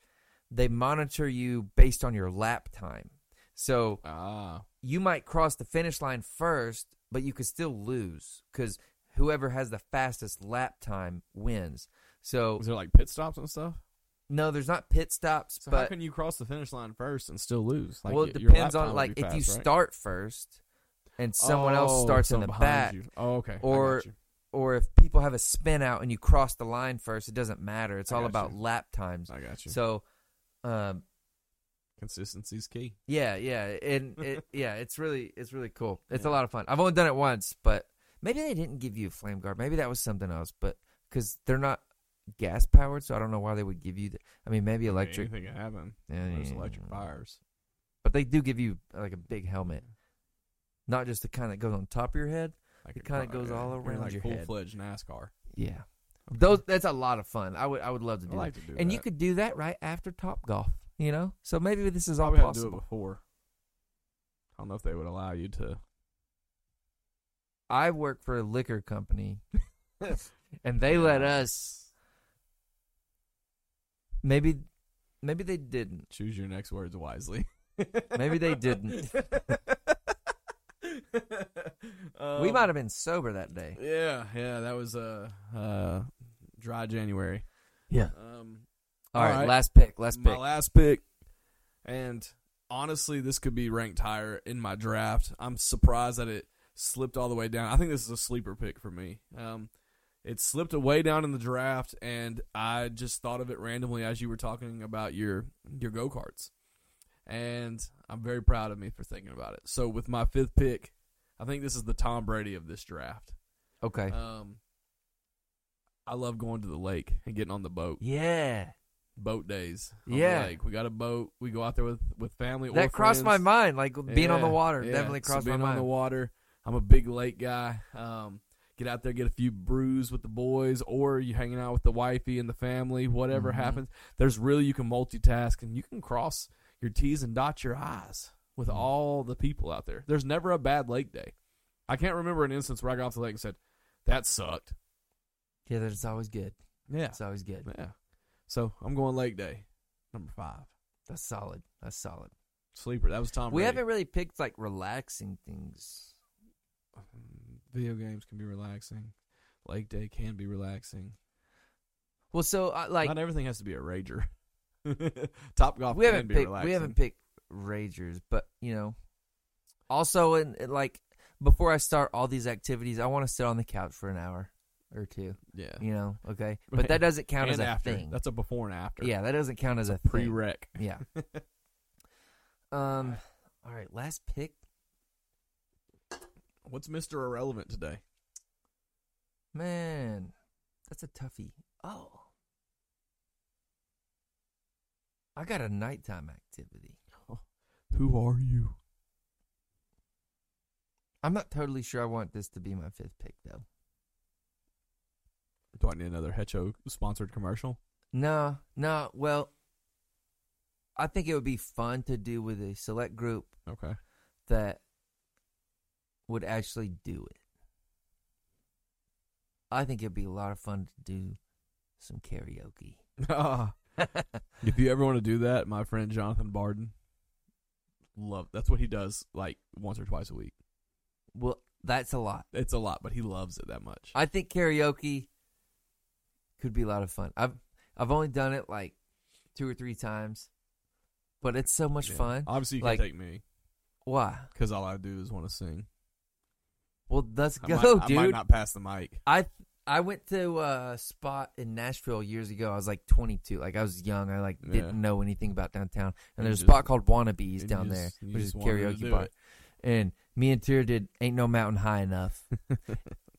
Speaker 1: they monitor you based on your lap time so
Speaker 2: Ah,
Speaker 1: you might cross the finish line first, but you could still lose because whoever has the fastest lap time wins. So
Speaker 2: was there like pit stops and stuff?
Speaker 1: no, there's not pit stops,
Speaker 2: So how
Speaker 1: but
Speaker 2: can you cross the finish line first and still lose? Like
Speaker 1: well,
Speaker 2: y-
Speaker 1: it
Speaker 2: your
Speaker 1: depends
Speaker 2: lap time
Speaker 1: on
Speaker 2: would
Speaker 1: like
Speaker 2: be
Speaker 1: if you
Speaker 2: fast, right?
Speaker 1: start first and someone else
Speaker 2: Oh,
Speaker 1: starts in
Speaker 2: someone
Speaker 1: the
Speaker 2: behind
Speaker 1: back,
Speaker 2: you. Oh, okay. I got
Speaker 1: or-
Speaker 2: you.
Speaker 1: or if people have a spin out and you cross the line first, it doesn't matter. It's
Speaker 2: I
Speaker 1: all
Speaker 2: got
Speaker 1: about
Speaker 2: you.
Speaker 1: lap times.
Speaker 2: I got you.
Speaker 1: So, um,
Speaker 2: Consistency's key.
Speaker 1: Yeah, yeah, and
Speaker 2: <laughs>
Speaker 1: it, yeah, it's really it's really cool. It's a
Speaker 2: Yeah.
Speaker 1: lot of fun. I've only done it once, but maybe they didn't give you a flame guard. Maybe that was something else. But because they're not gas powered, so I don't know why they would give you. The, I mean, maybe electric. eh,
Speaker 2: Anything can happen.
Speaker 1: Yeah,
Speaker 2: There's
Speaker 1: yeah,
Speaker 2: electric
Speaker 1: yeah.
Speaker 2: fires.
Speaker 1: But they do give you like a big helmet, not just the kind that goes on top of your head.
Speaker 2: Like
Speaker 1: It
Speaker 2: a
Speaker 1: kinda
Speaker 2: car-
Speaker 1: goes
Speaker 2: yeah,
Speaker 1: all
Speaker 2: you're
Speaker 1: around
Speaker 2: like
Speaker 1: your
Speaker 2: full
Speaker 1: head.
Speaker 2: fledged NASCAR.
Speaker 1: Yeah, those that's a lot of fun. I would I would love to do
Speaker 2: I like
Speaker 1: that.
Speaker 2: to do
Speaker 1: and
Speaker 2: that.
Speaker 1: you could do that right after Top Golf, you know. So maybe this is all
Speaker 2: probably had to do it
Speaker 1: possible.
Speaker 2: before. I don't know if they would allow you to.
Speaker 1: I work for a liquor
Speaker 2: <laughs>
Speaker 1: company, and they let us. Maybe, maybe they didn't.
Speaker 2: Choose your next words wisely.
Speaker 1: Maybe they didn't.
Speaker 2: <laughs>
Speaker 1: we
Speaker 2: Um,
Speaker 1: might have been sober that day.
Speaker 2: Yeah, yeah, that was a uh, uh, dry January.
Speaker 1: Yeah.
Speaker 2: Um,
Speaker 1: all right,
Speaker 2: alright.
Speaker 1: last pick. Last
Speaker 2: my
Speaker 1: pick.
Speaker 2: last pick, and honestly, this could be ranked higher in my draft. I'm surprised that it slipped all the way down. I think this is a sleeper pick for me. Um, it slipped way down in the draft, and I just thought of it randomly as you were talking about your your go karts, and I'm very proud of me for thinking about it. So with my fifth pick, I think this is the Tom Brady of this draft.
Speaker 1: okay.
Speaker 2: Um, I love going to the lake and getting on the boat
Speaker 1: yeah,
Speaker 2: boat days. on the
Speaker 1: Yeah.
Speaker 2: lake. we got a boat. We go out there with with family. or
Speaker 1: that crossed my
Speaker 2: friends.
Speaker 1: mind. Like being on the
Speaker 2: Yeah,
Speaker 1: water,
Speaker 2: yeah.
Speaker 1: definitely
Speaker 2: So
Speaker 1: crossed
Speaker 2: being
Speaker 1: my
Speaker 2: on
Speaker 1: mind.
Speaker 2: the water. I'm a big lake guy. Um, get out there, get a few brews with the boys, or you hanging out with the wifey and the family. Whatever
Speaker 1: Mhm.
Speaker 2: happens, there's really you can multitask and you can cross your T's and dot your I's with
Speaker 1: Mhm.
Speaker 2: all the people out there. There's never a bad lake day. I can't remember an instance where I got off the lake and said that sucked.
Speaker 1: yeah, that's always good.
Speaker 2: Yeah,
Speaker 1: That's always good.
Speaker 2: yeah. So I'm going lake day number five.
Speaker 1: That's solid. That's solid.
Speaker 2: Sleeper. That was Tom.
Speaker 1: we
Speaker 2: Brady.
Speaker 1: haven't really picked like relaxing things.
Speaker 2: Mm, Video games can be relaxing. Lake day can be relaxing.
Speaker 1: Well, so I like
Speaker 2: Not everything has to be a rager. <laughs> Top golf
Speaker 1: we
Speaker 2: can
Speaker 1: haven't
Speaker 2: be
Speaker 1: picked
Speaker 2: relaxing.
Speaker 1: we haven't picked ragers, but you know, also in in, like before I start all these activities, I want to sit on the couch for an hour or two.
Speaker 2: Yeah.
Speaker 1: You know,
Speaker 2: <laughs>
Speaker 1: okay, but that doesn't count
Speaker 2: and
Speaker 1: as a
Speaker 2: after.
Speaker 1: thing.
Speaker 2: That's a before and after.
Speaker 1: yeah, that doesn't count as a
Speaker 2: Pre
Speaker 1: thing.
Speaker 2: rec.
Speaker 1: Yeah.
Speaker 2: <laughs> <sighs>
Speaker 1: um. All right, last pick.
Speaker 2: What's Mr. Irrelevant today?
Speaker 1: Man, that's a toughie. Oh. I got a nighttime activity.
Speaker 2: Who are you?
Speaker 1: I'm not totally sure I want this to be my fifth pick though.
Speaker 2: Do I need another Hecho sponsored commercial?
Speaker 1: No, no. Well, I think it would be fun to do with a select group
Speaker 2: Okay.
Speaker 1: that would actually do it. I think it'd be a lot of fun to do some karaoke.
Speaker 2: if you ever want to do that, my friend Jonathan Barden, love that's what he does like once or twice a week.
Speaker 1: <laughs> well, that's a lot.
Speaker 2: It's a lot, but he loves it that much.
Speaker 1: I think karaoke could be a lot of fun. I've I've only done it like two or three times, but it's so much
Speaker 2: Yeah.
Speaker 1: fun.
Speaker 2: Obviously, you
Speaker 1: Like-
Speaker 2: can take me
Speaker 1: Why?
Speaker 2: because all I do is want to sing.
Speaker 1: Well, let's <laughs>
Speaker 2: I
Speaker 1: go,
Speaker 2: might,
Speaker 1: dude.
Speaker 2: I might not pass the mic.
Speaker 1: I I went to a spot in Nashville years ago. I was like 22, like I was young. I like
Speaker 2: Yeah.
Speaker 1: didn't know anything about downtown. And
Speaker 2: You
Speaker 1: there's
Speaker 2: just-
Speaker 1: a spot called Wannabes
Speaker 2: you
Speaker 1: down
Speaker 2: just-
Speaker 1: there,
Speaker 2: you
Speaker 1: which is
Speaker 2: just
Speaker 1: a
Speaker 2: wanted to
Speaker 1: karaoke
Speaker 2: do
Speaker 1: bar.
Speaker 2: it.
Speaker 1: And me and Tira did "Ain't No Mountain High
Speaker 2: <laughs>
Speaker 1: Enough,"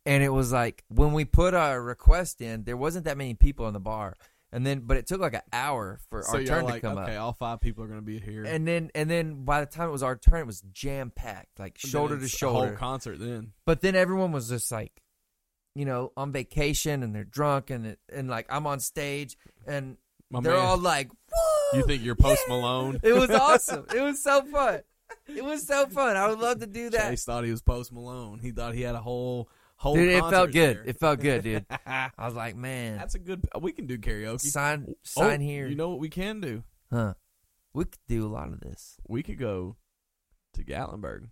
Speaker 1: and it was like when we put our request in, there wasn't that many people in the bar. And then, but it took like an hour for
Speaker 2: So
Speaker 1: our
Speaker 2: you're
Speaker 1: turn
Speaker 2: like,
Speaker 1: to come
Speaker 2: okay,
Speaker 1: up.
Speaker 2: all five people are going to be here.
Speaker 1: And then, and then by the time it was our turn, it was jam packed, like
Speaker 2: then
Speaker 1: shoulder to
Speaker 2: it's a
Speaker 1: shoulder.
Speaker 2: whole concert. Then
Speaker 1: But then everyone was just like, you know, on vacation and they're drunk and it- and like I'm on stage and
Speaker 2: my
Speaker 1: they're
Speaker 2: Oh, man,
Speaker 1: all like, Woo!
Speaker 2: you think you're
Speaker 1: <laughs>
Speaker 2: Post
Speaker 1: yeah!"
Speaker 2: Malone?
Speaker 1: It was
Speaker 2: <laughs>
Speaker 1: awesome. it was so fun. It was so fun. I would love to do that.
Speaker 2: Chase thought he was Post Malone. He thought he had a whole whole.
Speaker 1: Dude, it
Speaker 2: concert
Speaker 1: felt good.
Speaker 2: there.
Speaker 1: It felt good, dude. I was like, man,
Speaker 2: <laughs> That's a good. We can do karaoke.
Speaker 1: sign sign
Speaker 2: Oh,
Speaker 1: here.
Speaker 2: You know what we can do?
Speaker 1: huh? We could do a lot of this.
Speaker 2: We could go to Gatlinburg.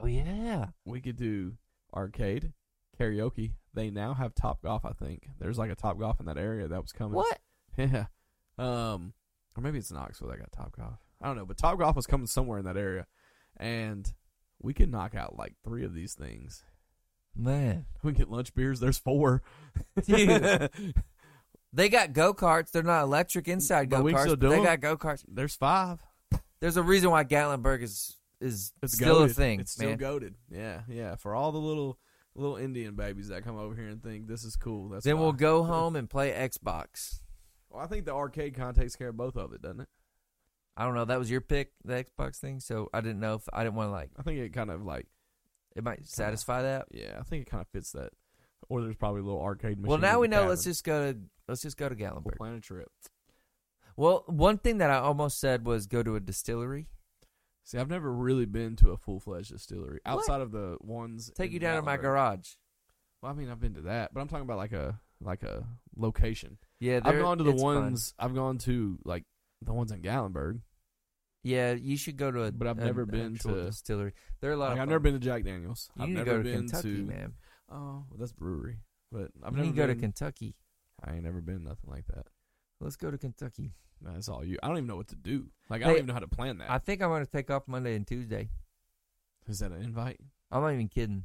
Speaker 1: Oh yeah.
Speaker 2: We could do arcade karaoke. They now have Top Golf. I think there's like a Top Golf in that area that was coming.
Speaker 1: What?
Speaker 2: <laughs> Yeah. Um, or maybe it's Knoxville that got Top Golf. I don't know, but Top Golf was coming somewhere in that area, and we could knock out like three of these things. <laughs>
Speaker 1: Man.
Speaker 2: We can get lunch beers. There's four.
Speaker 1: Dude. They got go karts. They're not electric inside go
Speaker 2: But we can still
Speaker 1: karts.
Speaker 2: do
Speaker 1: They
Speaker 2: 'em.
Speaker 1: got go karts.
Speaker 2: There's five.
Speaker 1: There's a reason why Gatlinburg is is
Speaker 2: It's
Speaker 1: still a
Speaker 2: goated.
Speaker 1: thing,
Speaker 2: It's
Speaker 1: man.
Speaker 2: still goaded. Yeah, yeah. For all the little little Indian babies that come over here and think this is cool. That's
Speaker 1: then
Speaker 2: why.
Speaker 1: we'll go home and play Xbox.
Speaker 2: Well, I think the arcade kind of takes care of both of it, doesn't it?
Speaker 1: I don't know. That was your pick, the Xbox thing. So I didn't know if I didn't want to like.
Speaker 2: I think it kind of like
Speaker 1: It might satisfy that.
Speaker 2: yeah, I think it kind of fits that. Or there's probably a little arcade machine.
Speaker 1: Well,
Speaker 2: in
Speaker 1: now
Speaker 2: the
Speaker 1: we know.
Speaker 2: cabin.
Speaker 1: Let's just go to let's just go to
Speaker 2: we'll
Speaker 1: Gallenberg.
Speaker 2: plan a trip.
Speaker 1: Well, one thing that I almost said was go to a distillery.
Speaker 2: See, I've never really been to a full fledged distillery
Speaker 1: What?
Speaker 2: outside of the ones.
Speaker 1: Take
Speaker 2: in
Speaker 1: you down to my
Speaker 2: Gatlinburg.
Speaker 1: garage.
Speaker 2: Well, I mean, I've been to that, but I'm talking about like a like a location.
Speaker 1: Yeah,
Speaker 2: I've
Speaker 1: there-
Speaker 2: gone to the
Speaker 1: it's fun.
Speaker 2: ones. I've gone to like the ones in Gallenberg.
Speaker 1: Yeah, you should go to a.
Speaker 2: But I've
Speaker 1: an
Speaker 2: never been
Speaker 1: actual
Speaker 2: to-
Speaker 1: distillery. There are a lot
Speaker 2: Like,
Speaker 1: of.
Speaker 2: I've
Speaker 1: fun.
Speaker 2: never been to Jack Daniels.
Speaker 1: You
Speaker 2: I've
Speaker 1: need
Speaker 2: never
Speaker 1: to go to
Speaker 2: been
Speaker 1: Kentucky,
Speaker 2: to.
Speaker 1: man.
Speaker 2: Oh, well, that's brewery. But I've
Speaker 1: you
Speaker 2: never
Speaker 1: need to go to
Speaker 2: been-
Speaker 1: Kentucky.
Speaker 2: I ain't never been nothing like that.
Speaker 1: Let's go to Kentucky.
Speaker 2: That's all you. I don't even know what to do. Like I
Speaker 1: Hey,
Speaker 2: don't even know how to plan that.
Speaker 1: I
Speaker 2: Is
Speaker 1: think I'm going to take off Monday and Tuesday.
Speaker 2: that an invite?
Speaker 1: I'm not even kidding.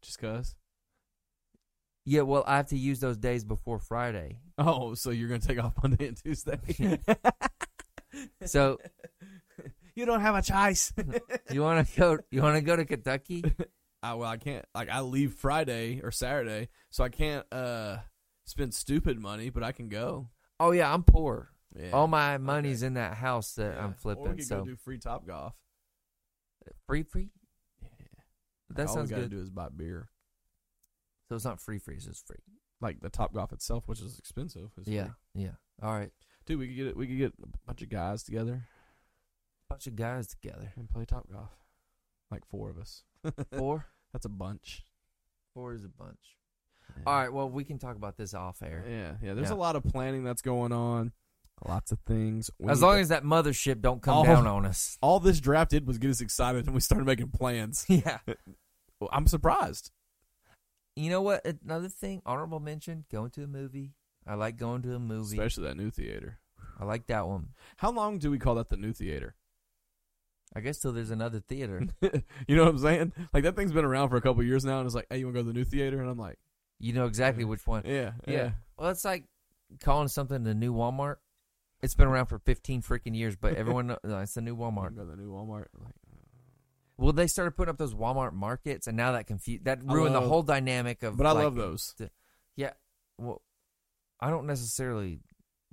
Speaker 2: Just cause?
Speaker 1: Yeah, well, I have to use those days before
Speaker 2: <laughs>
Speaker 1: Friday.
Speaker 2: Oh, so you're gonna take off <laughs> Monday and Tuesday?
Speaker 1: <laughs> So
Speaker 2: you don't have a choice.
Speaker 1: you want to go? You want to go to Kentucky?
Speaker 2: <laughs> I, well, I can't. Like I leave Friday or Saturday, so I can't uh spend stupid money, but I can go.
Speaker 1: Oh yeah, I'm poor.
Speaker 2: Yeah.
Speaker 1: All my money's in that house that Oh,
Speaker 2: Yeah.
Speaker 1: I'm
Speaker 2: Or we
Speaker 1: flipping.
Speaker 2: could
Speaker 1: So
Speaker 2: go do free top golf.
Speaker 1: free, free.
Speaker 2: Yeah.
Speaker 1: That
Speaker 2: all
Speaker 1: sounds
Speaker 2: we gotta
Speaker 1: good.
Speaker 2: do is buy beer.
Speaker 1: So it's not free, free. It's just free.
Speaker 2: Like the top golf itself, which is expensive. is
Speaker 1: yeah,
Speaker 2: free.
Speaker 1: yeah. All right,
Speaker 2: dude, we could get it. We could get a bunch of guys together
Speaker 1: bunch of guys
Speaker 2: <laughs>
Speaker 1: together.
Speaker 2: and play top golf, like four of us.
Speaker 1: Four,
Speaker 2: <laughs> That's a bunch.
Speaker 1: four is a bunch. All right. Well, we can talk about this off air.
Speaker 2: Yeah, yeah. There's
Speaker 1: Yeah.
Speaker 2: a lot of planning that's going on. Lots of things. We
Speaker 1: As
Speaker 2: need
Speaker 1: long
Speaker 2: to-
Speaker 1: as that mothership don't come
Speaker 2: Oh.
Speaker 1: down on us. <laughs>
Speaker 2: all this draft did was get us excited, and we started making plans.
Speaker 1: Yeah.
Speaker 2: Well, I'm surprised.
Speaker 1: You know what? Another thing, honorable mention, going to a movie. I like going to a movie.
Speaker 2: Especially that new theater.
Speaker 1: I like that one.
Speaker 2: How long do we call that the new theater? <laughs>
Speaker 1: I guess till there's another theater.
Speaker 2: You know what I'm saying? Like that thing's been around for a couple years now, and it's like, hey, you want to go to the new theater? And I'm like,
Speaker 1: you know exactly which one.
Speaker 2: yeah, yeah.
Speaker 1: Yeah. Well, it's like calling something the new Walmart. It's been around for 15 freaking years, but
Speaker 2: <laughs>
Speaker 1: everyone knows no, it's the new
Speaker 2: You
Speaker 1: Walmart.
Speaker 2: wanna Go to the new Walmart. Like,
Speaker 1: Well, they started putting up those Walmart markets, and now that confu- that
Speaker 2: I
Speaker 1: ruined the
Speaker 2: love-
Speaker 1: whole dynamic of.
Speaker 2: but I
Speaker 1: like,
Speaker 2: love those.
Speaker 1: Well, I don't necessarily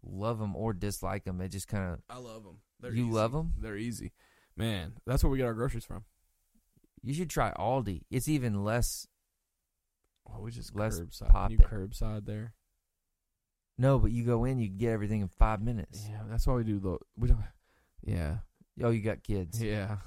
Speaker 1: love them or dislike them. It just kind
Speaker 2: I love them.
Speaker 1: of you love 'em? love them.
Speaker 2: They're easy, man. That's where we get our groceries from.
Speaker 1: You should try Aldi. It's even less.
Speaker 2: Oh, we just
Speaker 1: Let's
Speaker 2: curbside.
Speaker 1: pop
Speaker 2: you
Speaker 1: it.
Speaker 2: curbside there.
Speaker 1: No, but you go in, you can get everything in five minutes.
Speaker 2: Yeah, that's why we do the we don't. Yeah,
Speaker 1: Oh, you got kids.
Speaker 2: yeah,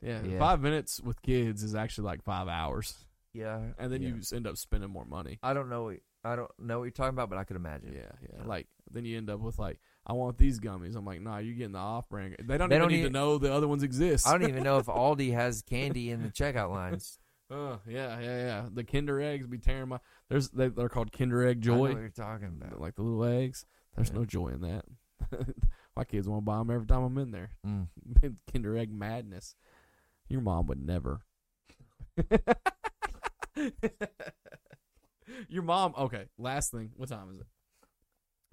Speaker 2: yeah.
Speaker 1: Yeah.
Speaker 2: Five minutes with kids is actually like five hours,
Speaker 1: Yeah,
Speaker 2: and then
Speaker 1: yeah.
Speaker 2: you s- end up spending more money.
Speaker 1: I don't know. What, I don't know what you're talking about, but I could
Speaker 2: Yeah,
Speaker 1: imagine.
Speaker 2: yeah,
Speaker 1: Yeah.
Speaker 2: Like then you end up with like, I want these gummies. I'm like, nah, you're getting the off brand. They don't
Speaker 1: They
Speaker 2: even
Speaker 1: don't
Speaker 2: need
Speaker 1: even-
Speaker 2: to know the other ones exist.
Speaker 1: I don't even know if Aldi has candy in the checkout lines.
Speaker 2: <laughs> Uh, yeah, yeah, yeah. The Kinder eggs be tearing my. There's they, they're called Kinder Egg
Speaker 1: I know
Speaker 2: <laughs> Joy.
Speaker 1: what you're talking about.
Speaker 2: like the little eggs. There's
Speaker 1: Yeah.
Speaker 2: no joy in that. <laughs> My kids want to buy them every time I'm in there. <laughs>
Speaker 1: Mm.
Speaker 2: Kinder Egg madness. Your mom would never. <laughs> Your mom. Okay. Last thing. What time is it?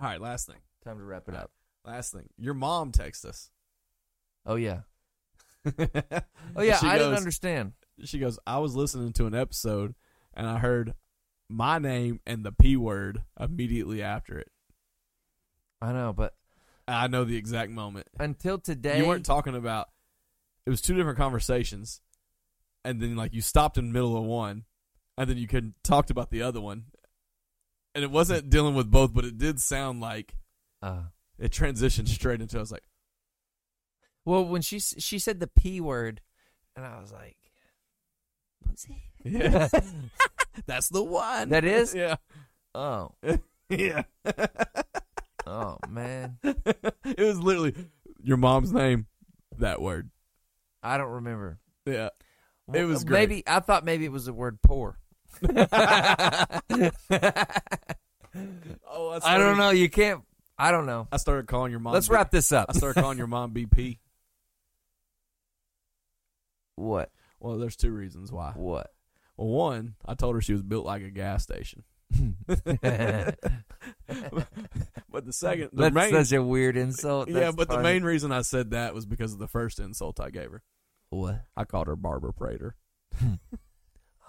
Speaker 2: All right. Last thing.
Speaker 1: Time to wrap it
Speaker 2: All right.
Speaker 1: up.
Speaker 2: Last thing. Your mom texts us. <laughs>
Speaker 1: Oh yeah. Oh yeah.
Speaker 2: She
Speaker 1: I didn't
Speaker 2: goes-
Speaker 1: understand.
Speaker 2: She goes. I was listening to an episode, and I heard my name and the p word immediately after it.
Speaker 1: I know, but
Speaker 2: And I know the exact moment.
Speaker 1: until today,
Speaker 2: you weren't talking about it was two different conversations and then like you stopped in the middle of one and then you could talked about the other one and it wasn't dealing with both but it did sound like
Speaker 1: uh,
Speaker 2: it transitioned straight into I was like <laughs>
Speaker 1: well, when she s- she said the p word, and I was like, pussy.
Speaker 2: yeah <laughs> that's the one
Speaker 1: That is? <laughs>
Speaker 2: <laughs> yeah
Speaker 1: oh,
Speaker 2: <laughs> yeah
Speaker 1: oh man,
Speaker 2: <laughs> it was literally your mom's name that word
Speaker 1: I don't remember.
Speaker 2: yeah
Speaker 1: Well,
Speaker 2: It was great.
Speaker 1: maybe I thought maybe it was the word
Speaker 2: <laughs>
Speaker 1: poor. <laughs>
Speaker 2: oh
Speaker 1: I don't know. You can't. I don't know.
Speaker 2: I started calling your mom
Speaker 1: Let's
Speaker 2: B-
Speaker 1: wrap this up.
Speaker 2: I
Speaker 1: <laughs>
Speaker 2: started calling your mom BP
Speaker 1: What?
Speaker 2: <laughs> well there's two reasons why <laughs>
Speaker 1: What?
Speaker 2: Well, one, I told her she was built like a gas station. But the second, the
Speaker 1: That's
Speaker 2: main,
Speaker 1: such a weird insult.
Speaker 2: yeah,
Speaker 1: That's
Speaker 2: but the
Speaker 1: funny.
Speaker 2: main reason I said that was because of the first insult I gave her.
Speaker 1: What?
Speaker 2: I called her Barbara Prater.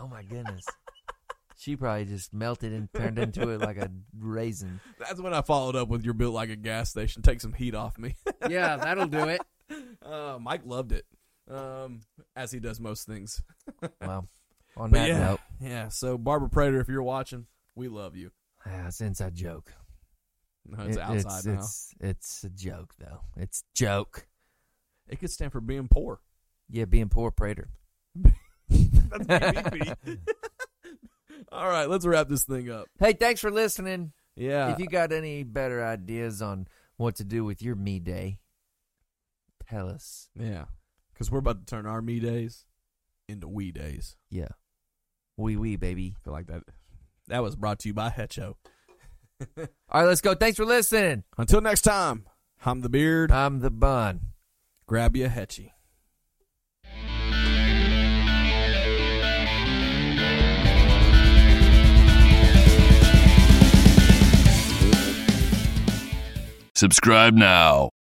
Speaker 1: Oh my goodness. <laughs> she probably just melted and turned into it like a raisin.
Speaker 2: That's when I followed up with "You're built like a gas station." Take some heat off me. <laughs>
Speaker 1: Yeah, that'll do it.
Speaker 2: Uh, Mike loved it, um, as he does most things.
Speaker 1: Wow. On
Speaker 2: But
Speaker 1: that
Speaker 2: yeah,
Speaker 1: note,
Speaker 2: yeah. So Barbara Prater, if you're watching, we love you.
Speaker 1: ah, it's an inside joke.
Speaker 2: No, it's
Speaker 1: It-
Speaker 2: outside
Speaker 1: it's,
Speaker 2: now.
Speaker 1: It's, it's a joke though. It's joke.
Speaker 2: it could stand for being poor.
Speaker 1: Yeah, being poor Prater.
Speaker 2: <laughs> That's <laughs> BBB. All right, let's wrap this thing up.
Speaker 1: <laughs> Hey, thanks for listening.
Speaker 2: Yeah.
Speaker 1: if you got any better ideas on what to do with your me day, tell us.
Speaker 2: Yeah. Because we're about to turn our me days into we days.
Speaker 1: Yeah. Wee wee, baby.
Speaker 2: I feel like that. That was brought to you by Hecho.
Speaker 1: All right, let's go. Thanks for listening.
Speaker 2: Until next time, I'm the beard.
Speaker 1: I'm the bun.
Speaker 2: Grab you a Hetchy.
Speaker 4: Subscribe now.